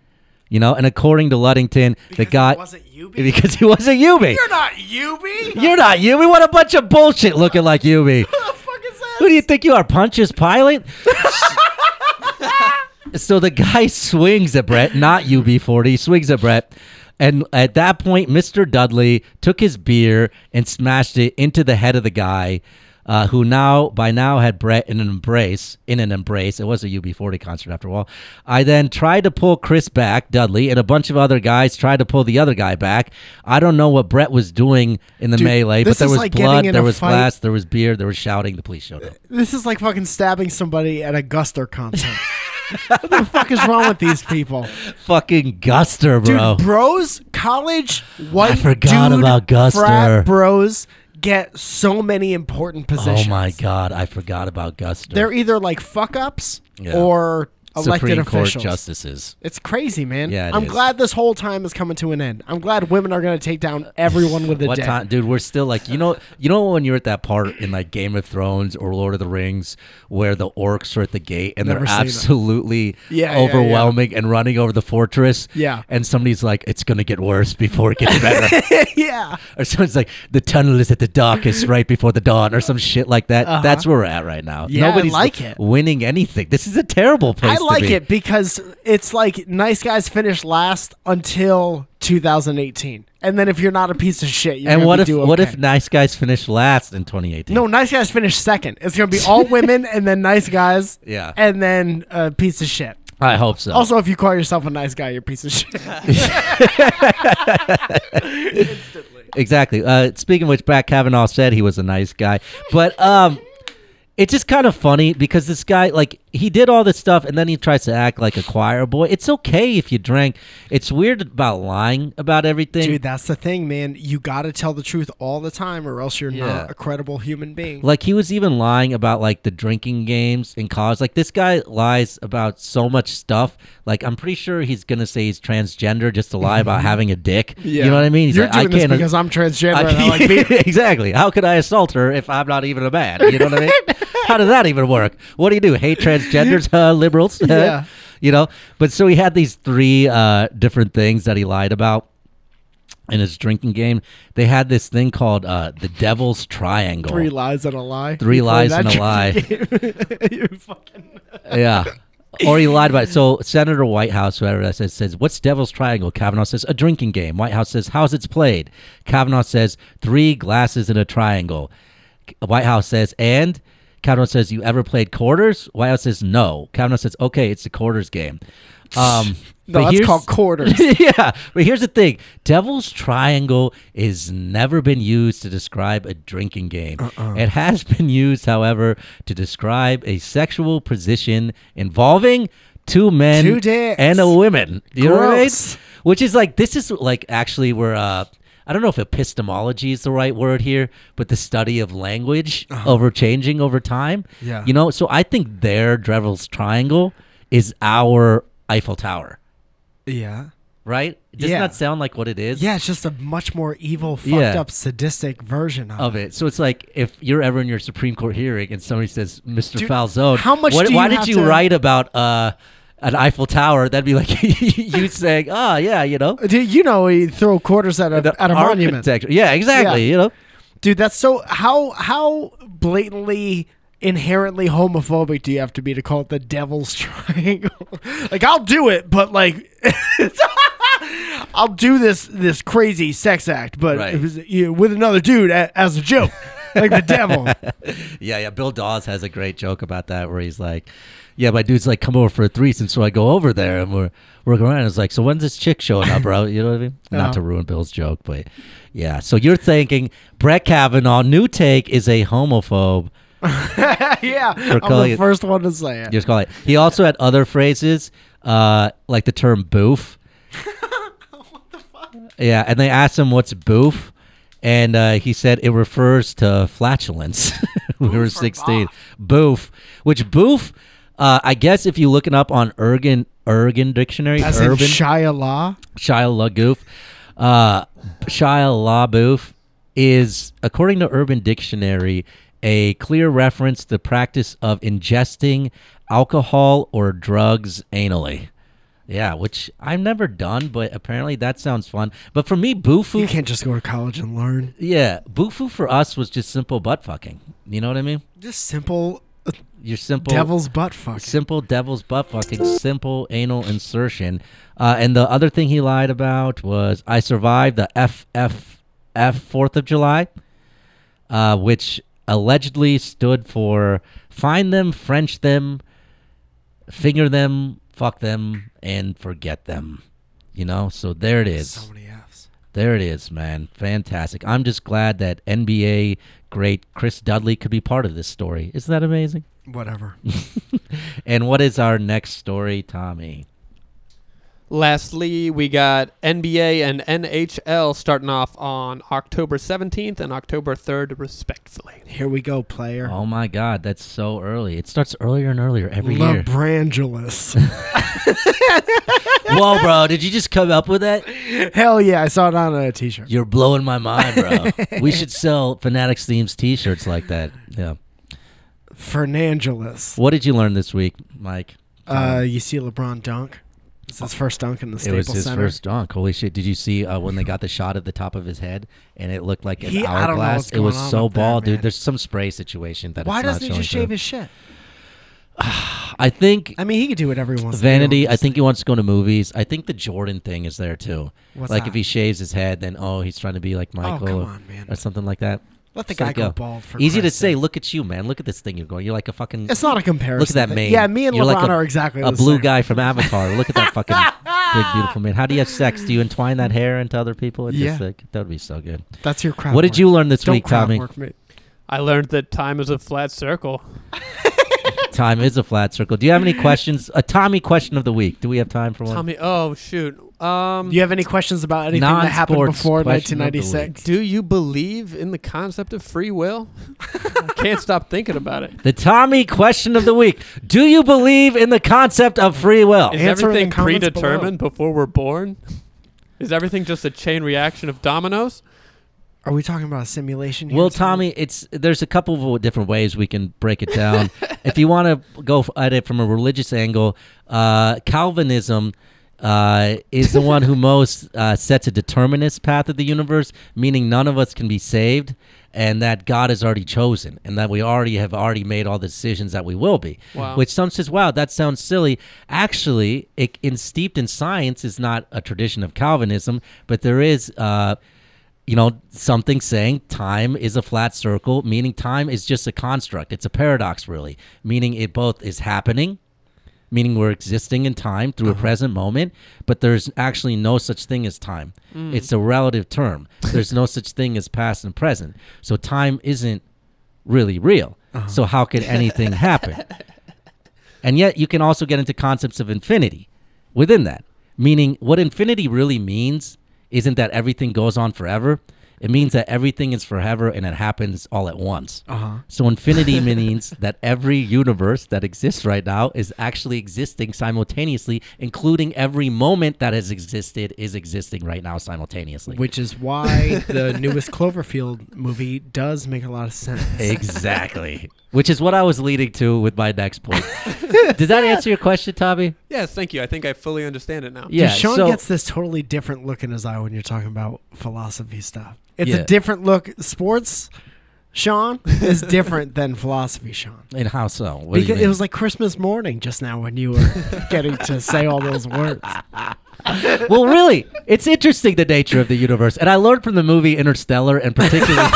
S4: you know? And according to Luddington, the guy. wasn't UB? Because he wasn't UB. You're
S3: not UB?
S4: You're not UB. What a bunch of bullshit looking like UB. Who the fuck is that? Who do you think you are, Punches Pilot? so the guy [LAUGHS] swings at Brett, not UB40, swings at Brett. And at that point, Mr. Dudley took his beer and smashed it into the head of the guy, uh, who now by now had Brett in an embrace. In an embrace, it was a UB40 concert after all. I then tried to pull Chris back, Dudley, and a bunch of other guys tried to pull the other guy back. I don't know what Brett was doing in the
S3: Dude,
S4: melee, but
S3: this
S4: there
S3: is
S4: was
S3: like getting
S4: blood,
S3: in
S4: there
S3: a
S4: was
S3: fight-
S4: glass, there was beer, there was shouting. The police showed up.
S3: [LAUGHS] This is like fucking stabbing somebody at a Guster concert. what the fuck is wrong with these people?
S4: [LAUGHS] Fucking Guster, bro.
S3: Dude, bros, college white
S4: I forgot
S3: dude,
S4: about Guster.
S3: frat bros get so many important
S4: oh
S3: positions.
S4: my god, I forgot about Guster.
S3: They're either like fuck ups
S4: Yeah.
S3: or elected
S4: Supreme Court
S3: officials.
S4: justices.
S3: It's crazy, man.
S4: Yeah, it
S3: I'm
S4: is.
S3: glad this whole time is coming to an end. I'm glad women are going to take down everyone with a
S4: what
S3: dick.
S4: time, dude? We're still like you know, you know when you're at that part in like Game of Thrones or Lord of the Rings where the orcs are at the gate and
S3: Never
S4: they're
S3: seen it.
S4: absolutely
S3: Yeah, yeah, yeah.
S4: overwhelming and running over the fortress.
S3: Yeah.
S4: and somebody's like, "It's gonna get worse before it gets better,"
S3: [LAUGHS] [LAUGHS] yeah.
S4: or someone's like, "The tunnel is at the darkest right before the dawn," or some shit like that.
S3: Uh-huh.
S4: That's where we're at right now.
S3: Yeah, I
S4: Nobody's
S3: like it.
S4: winning anything. This is a terrible place.
S3: I
S4: to
S3: like
S4: be.
S3: it because it's like nice guys finish last until 2018, and then if you're not a piece of shit, you're
S4: And
S3: gonna
S4: what
S3: be
S4: if
S3: do
S4: what
S3: okay.
S4: if nice guys finish last in 2018?
S3: No, nice guys finish second. It's gonna be
S4: [LAUGHS]
S3: all women and then nice guys.
S4: Yeah.
S3: and then a piece of shit.
S4: I hope so.
S3: Also, if you call yourself a nice guy, you're a piece
S4: [LAUGHS]
S3: of shit.
S4: Exactly. Uh, speaking of which, Brad Kavanaugh said he was a nice guy, but um, it's just kind of funny because this guy, like, he did all this stuff and then he tries to act like a choir boy. It's okay if you drank. It's weird about lying about everything.
S3: Dude, that's the thing, man. You got to tell the truth all the time, or else you're
S4: Yeah.
S3: not a credible human being.
S4: Like he was even lying about like the drinking games in college. Like this guy lies about so much stuff. Like I'm pretty sure he's gonna say he's transgender just to lie
S3: [LAUGHS]
S4: about having a dick. You know what I mean? He's
S3: You're
S4: like,
S3: doing
S4: I
S3: this
S4: can't
S3: because I'm transgender.
S4: I-
S3: and
S4: [LAUGHS]
S3: I like [LAUGHS] beer.
S4: exactly. How could I assault her if I'm not even a man? You know what I
S3: [LAUGHS]
S4: mean? How does that even work? What do you do? Hate transgenders, uh, liberals? [LAUGHS]
S3: Yeah.
S4: you know. But so he had these three uh, different things that he lied about in his drinking game. They had this thing called uh, the Devil's Triangle.
S3: Three lies and a lie.
S4: Three
S3: You play
S4: lies
S3: that
S4: and a lie.
S3: game. [LAUGHS] You fucking-
S4: yeah. Or he lied about it. So Senator Whitehouse, whoever that says, says, "What's Devil's Triangle?" Kavanaugh says, "A drinking game." Whitehouse says, "How's it's played?" Kavanaugh says, three glasses in a triangle." K- Whitehouse says, "And." Kavanaugh says, "You ever played quarters?" Whitehouse says, "No." Kavanaugh says, "Okay, it's a quarters game." Um,
S3: [LAUGHS] No,
S4: but
S3: that's
S4: here's-
S3: called quarters.
S4: [LAUGHS] yeah, but here's the thing: Devil's Triangle is never been used to describe a drinking game.
S3: Uh-uh.
S4: It has [LAUGHS] been used, however, to describe a sexual position involving two men
S3: Two dicks.
S4: and a woman. You know what I mean?
S3: Gross.
S4: Which is like this is like actually where uh I don't know if epistemology is the right word here, but the study of language over changing over time.
S3: Uh-huh. Yeah.
S4: You know, so I think their Devil's Triangle is our Eiffel Tower.
S3: [LAUGHS] yeah.
S4: Right? Doesn't
S3: Yeah.
S4: that sound like what it is?
S3: Yeah, it's just a much more evil, fucked
S4: Yeah.
S3: up, sadistic version of,
S4: Of it. So it's like if you're ever in your Supreme Court hearing and somebody says, Mr.
S3: Dude,
S4: Falzone,
S3: how much
S4: what-
S3: do
S4: why
S3: you
S4: did
S3: have
S4: you
S3: to-
S4: write about uh, an Eiffel Tower? That'd be like [LAUGHS] you saying, ah, yeah, you know,
S3: Dude, you know, he throw quarters at a at a monument.
S4: architecture. Yeah, exactly.
S3: Yeah.
S4: You know,
S3: Dude, that's so how how blatantly inherently homophobic do you have to be to call it the devil's [LAUGHS] triangle? like I'll do it, but like [LAUGHS] I'll do this this crazy sex act, but
S4: Right.
S3: it was, you know, with another dude a, as a joke. like the devil.
S4: yeah, yeah. Bill Dawes has a great joke about that where he's like, "Yeah, my dude's like come over for a threesome, so I go over there and we're working around." It's like, "So when's this chick showing up, bro?" You know what I mean?
S3: Uh-huh.
S4: Not to ruin Bill's joke, but yeah. So you're thinking Brett Kavanaugh, new take is a homophobe.
S3: [LAUGHS] yeah.
S4: For
S3: I'm the
S4: calling it-
S3: first one to say
S4: You
S3: it.
S4: Just call it. He also had other phrases, uh, like the term "boof." Yeah, and they asked him what's boof, and uh, he said it refers to flatulence. [LAUGHS] we were sixteen. Boof, which boof, uh, I guess if you look it up on Ergen Ergen dictionary,
S3: As in
S4: urban
S3: Shia LaBeouf?
S4: Shia LaBeouf, uh, Shia LaBeouf is, according to Urban Dictionary, a clear reference to the practice of ingesting alcohol or drugs anally. Yeah, which I've never done, but apparently that sounds fun. But for me,
S3: You
S4: boofoo,
S3: can't just go to college and learn.
S4: yeah, boofoo for us was just simple butt fucking. You know what I mean?
S3: Just simple uh,
S4: Your simple
S3: devil's butt fuck.
S4: Simple devil's butt fucking, simple anal insertion. Uh, and the other thing he lied about was I survived the FFF Fourth of July, uh, which allegedly stood for find them, French them, finger them, fuck them, and forget them. You know, so there it is.
S3: So many Fs.
S4: There it is, man. Fantastic. I'm just glad that NBA great Chris Dudley could be part of this story. Isn't that amazing? [LAUGHS]
S3: Whatever.
S4: and what is our next story, Tommy?
S16: Lastly, we got NBA and NHL starting off on October 17th and October 3rd, respectfully.
S3: Here we go, player.
S4: Oh my God, that's so early. It starts earlier and earlier every year.
S3: Lebrangelus.
S4: [LAUGHS] Whoa,
S3: [LAUGHS]
S4: bro! Did you just come up with that?
S3: Hell yeah, I saw it on a t-shirt.
S4: You're blowing my mind, bro. we should sell Fanatics themes T-shirts like that. Yeah.
S3: Fernangelus.
S4: What did you learn this week, Mike?
S3: Uh, you see LeBron dunk. It's his first dunk in the
S4: it
S3: Staples
S4: was his
S3: Center.
S4: first dunk. Holy shit! Did you see uh, when they got the shot at the top of his head and it looked like an
S3: He- I don't know
S4: hourglass?
S3: what's
S4: It was
S3: going on
S4: so
S3: with that,
S4: bald, dude.
S3: man.
S4: There's some spray situation that.
S3: Why
S4: it's
S3: doesn't
S4: not
S3: he just
S4: showing
S3: shave
S4: through.
S3: his shit?
S4: I think
S3: I mean, he could do whatever he wants.
S4: vanity.
S3: To do,
S4: I think he wants to go to movies. I think the Jordan thing is there too.
S3: What's
S4: like
S3: that?
S4: if he shaves his head, then oh, he's trying to be like Michael,
S3: come
S4: or,
S3: on, man.
S4: or something like that.
S3: Let the
S4: So
S3: guy go bald for
S4: Easy to
S3: Christ's
S4: say. Look at you, man. Look at this thing you're going. You're like a fucking.
S3: It's not a comparison
S4: Look at that
S3: thing.
S4: mane.
S3: Yeah, me and
S4: You're like
S3: LeBron
S4: a-
S3: are exactly
S4: a
S3: the
S4: blue
S3: same.
S4: guy from Avatar. Look at
S3: [LAUGHS]
S4: that fucking big beautiful man. How do you have sex? Do you entwine that hair into other people? It's just
S3: Yeah.
S4: like- that would be so good.
S3: That's your crowd
S4: What did
S3: work.
S4: you learn this
S3: Don't
S4: week,
S3: crowd
S4: Tommy?
S3: work me.
S16: I learned that time is a flat circle.
S4: Time is a flat circle. Do you have any questions? A Tommy question of the week. Do we have time for one?
S16: Tommy, oh shoot. Um,
S3: Do you have any questions about anything that happened
S4: Non-sports
S3: before
S4: question of the
S3: 1996?
S16: do you believe in the concept of free will? I can't stop thinking about it.
S4: The Tommy question of the week. Do you believe in the concept of free will?
S16: Is
S3: Answer in the
S16: everything
S3: comments below.
S16: predetermined before we're born? Is everything just a chain reaction of dominoes?
S3: Are we talking about a simulation? here
S4: Well,
S3: or something?
S4: Tommy, it's there's a couple of different ways we can break it down. if you want to go f- at it from a religious angle, uh, Calvinism uh, is the one who most uh, sets a determinist path of the universe, meaning none of us can be saved, and that God has already chosen, and that we already have already made all the decisions that we will be.
S16: Wow.
S4: Which some says, "Wow, that sounds silly." Actually, it in steeped in science is not a tradition of Calvinism, but there is. Uh, you know, something saying time is a flat circle, meaning time is just a construct. It's a paradox, really, meaning it both is happening, meaning we're existing in time through a present moment, but there's actually no such thing as time.
S16: Mm.
S4: It's a relative term. There's no such thing as past and present. So time isn't really real. So, how could anything happen? And yet, you can also get into concepts of infinity within that. Meaning, what infinity really means isn't that everything goes on forever. It means that everything is forever and it happens all at once.
S3: Uh-huh.
S4: So, infinity means that every universe that exists right now is actually existing simultaneously, including every moment that has existed is existing right now simultaneously.
S3: Which is [LAUGHS] why the newest Cloverfield movie does make a lot of sense.
S4: Eh, exactly. [LAUGHS] Which is what I was leading to with my next
S3: [LAUGHS]
S4: point. Does that answer your question, Tommy?
S16: Yes, thank you. I think I fully understand it now.
S4: Yeah,
S3: Dude, Sean
S4: so-
S3: gets this totally different look in his eye when you're talking about philosophy stuff. It's
S4: Yeah.
S3: a different look. Sports, Sean, is different than philosophy, Sean.
S4: And how so? What do you
S3: Because it
S4: mean?
S3: was like Christmas morning just now when
S4: [LAUGHS]
S3: you were getting to say all those words.
S4: well, really, it's interesting the nature of the universe, and I learned from the movie Interstellar, and particularly. [LAUGHS]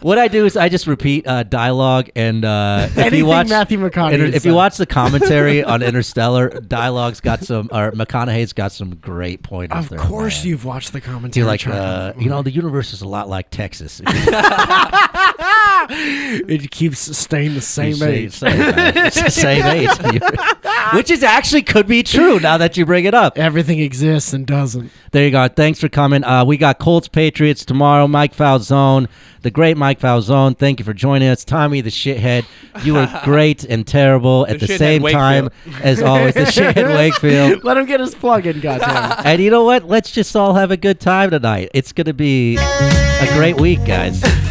S4: what I do is I just repeat uh, dialogue and uh, if
S3: Anything
S4: you watch
S3: Matthew McConaughey
S4: if
S3: said.
S4: you watch the commentary
S3: [LAUGHS]
S4: on Interstellar, dialogue's got some or McConaughey's got some great pointers.
S3: Of
S4: there,
S3: course,
S4: man.
S3: you've watched the commentary.
S4: You're like,
S3: track.
S4: uh, you know, the universe is a lot like Texas. If you
S3: it keeps staying the same
S4: say
S3: age.
S4: it's the Same age. It's the same age. [LAUGHS] Which is actually could be true now that you bring it up.
S3: Everything exists and doesn't.
S4: There you go. Thanks for coming. Uh, we got Colts Patriots tomorrow. Mike Falzone, the great Mike Falzone. Thank you for joining us. Tommy the shithead. You were great and terrible at
S16: The
S4: the,
S16: shithead
S4: same time as always. The shithead Wakefield.
S3: [LAUGHS] Let him get his plug in, goddamn.
S4: And you know what? Let's just all have a good time tonight. It's going to be a great week, guys.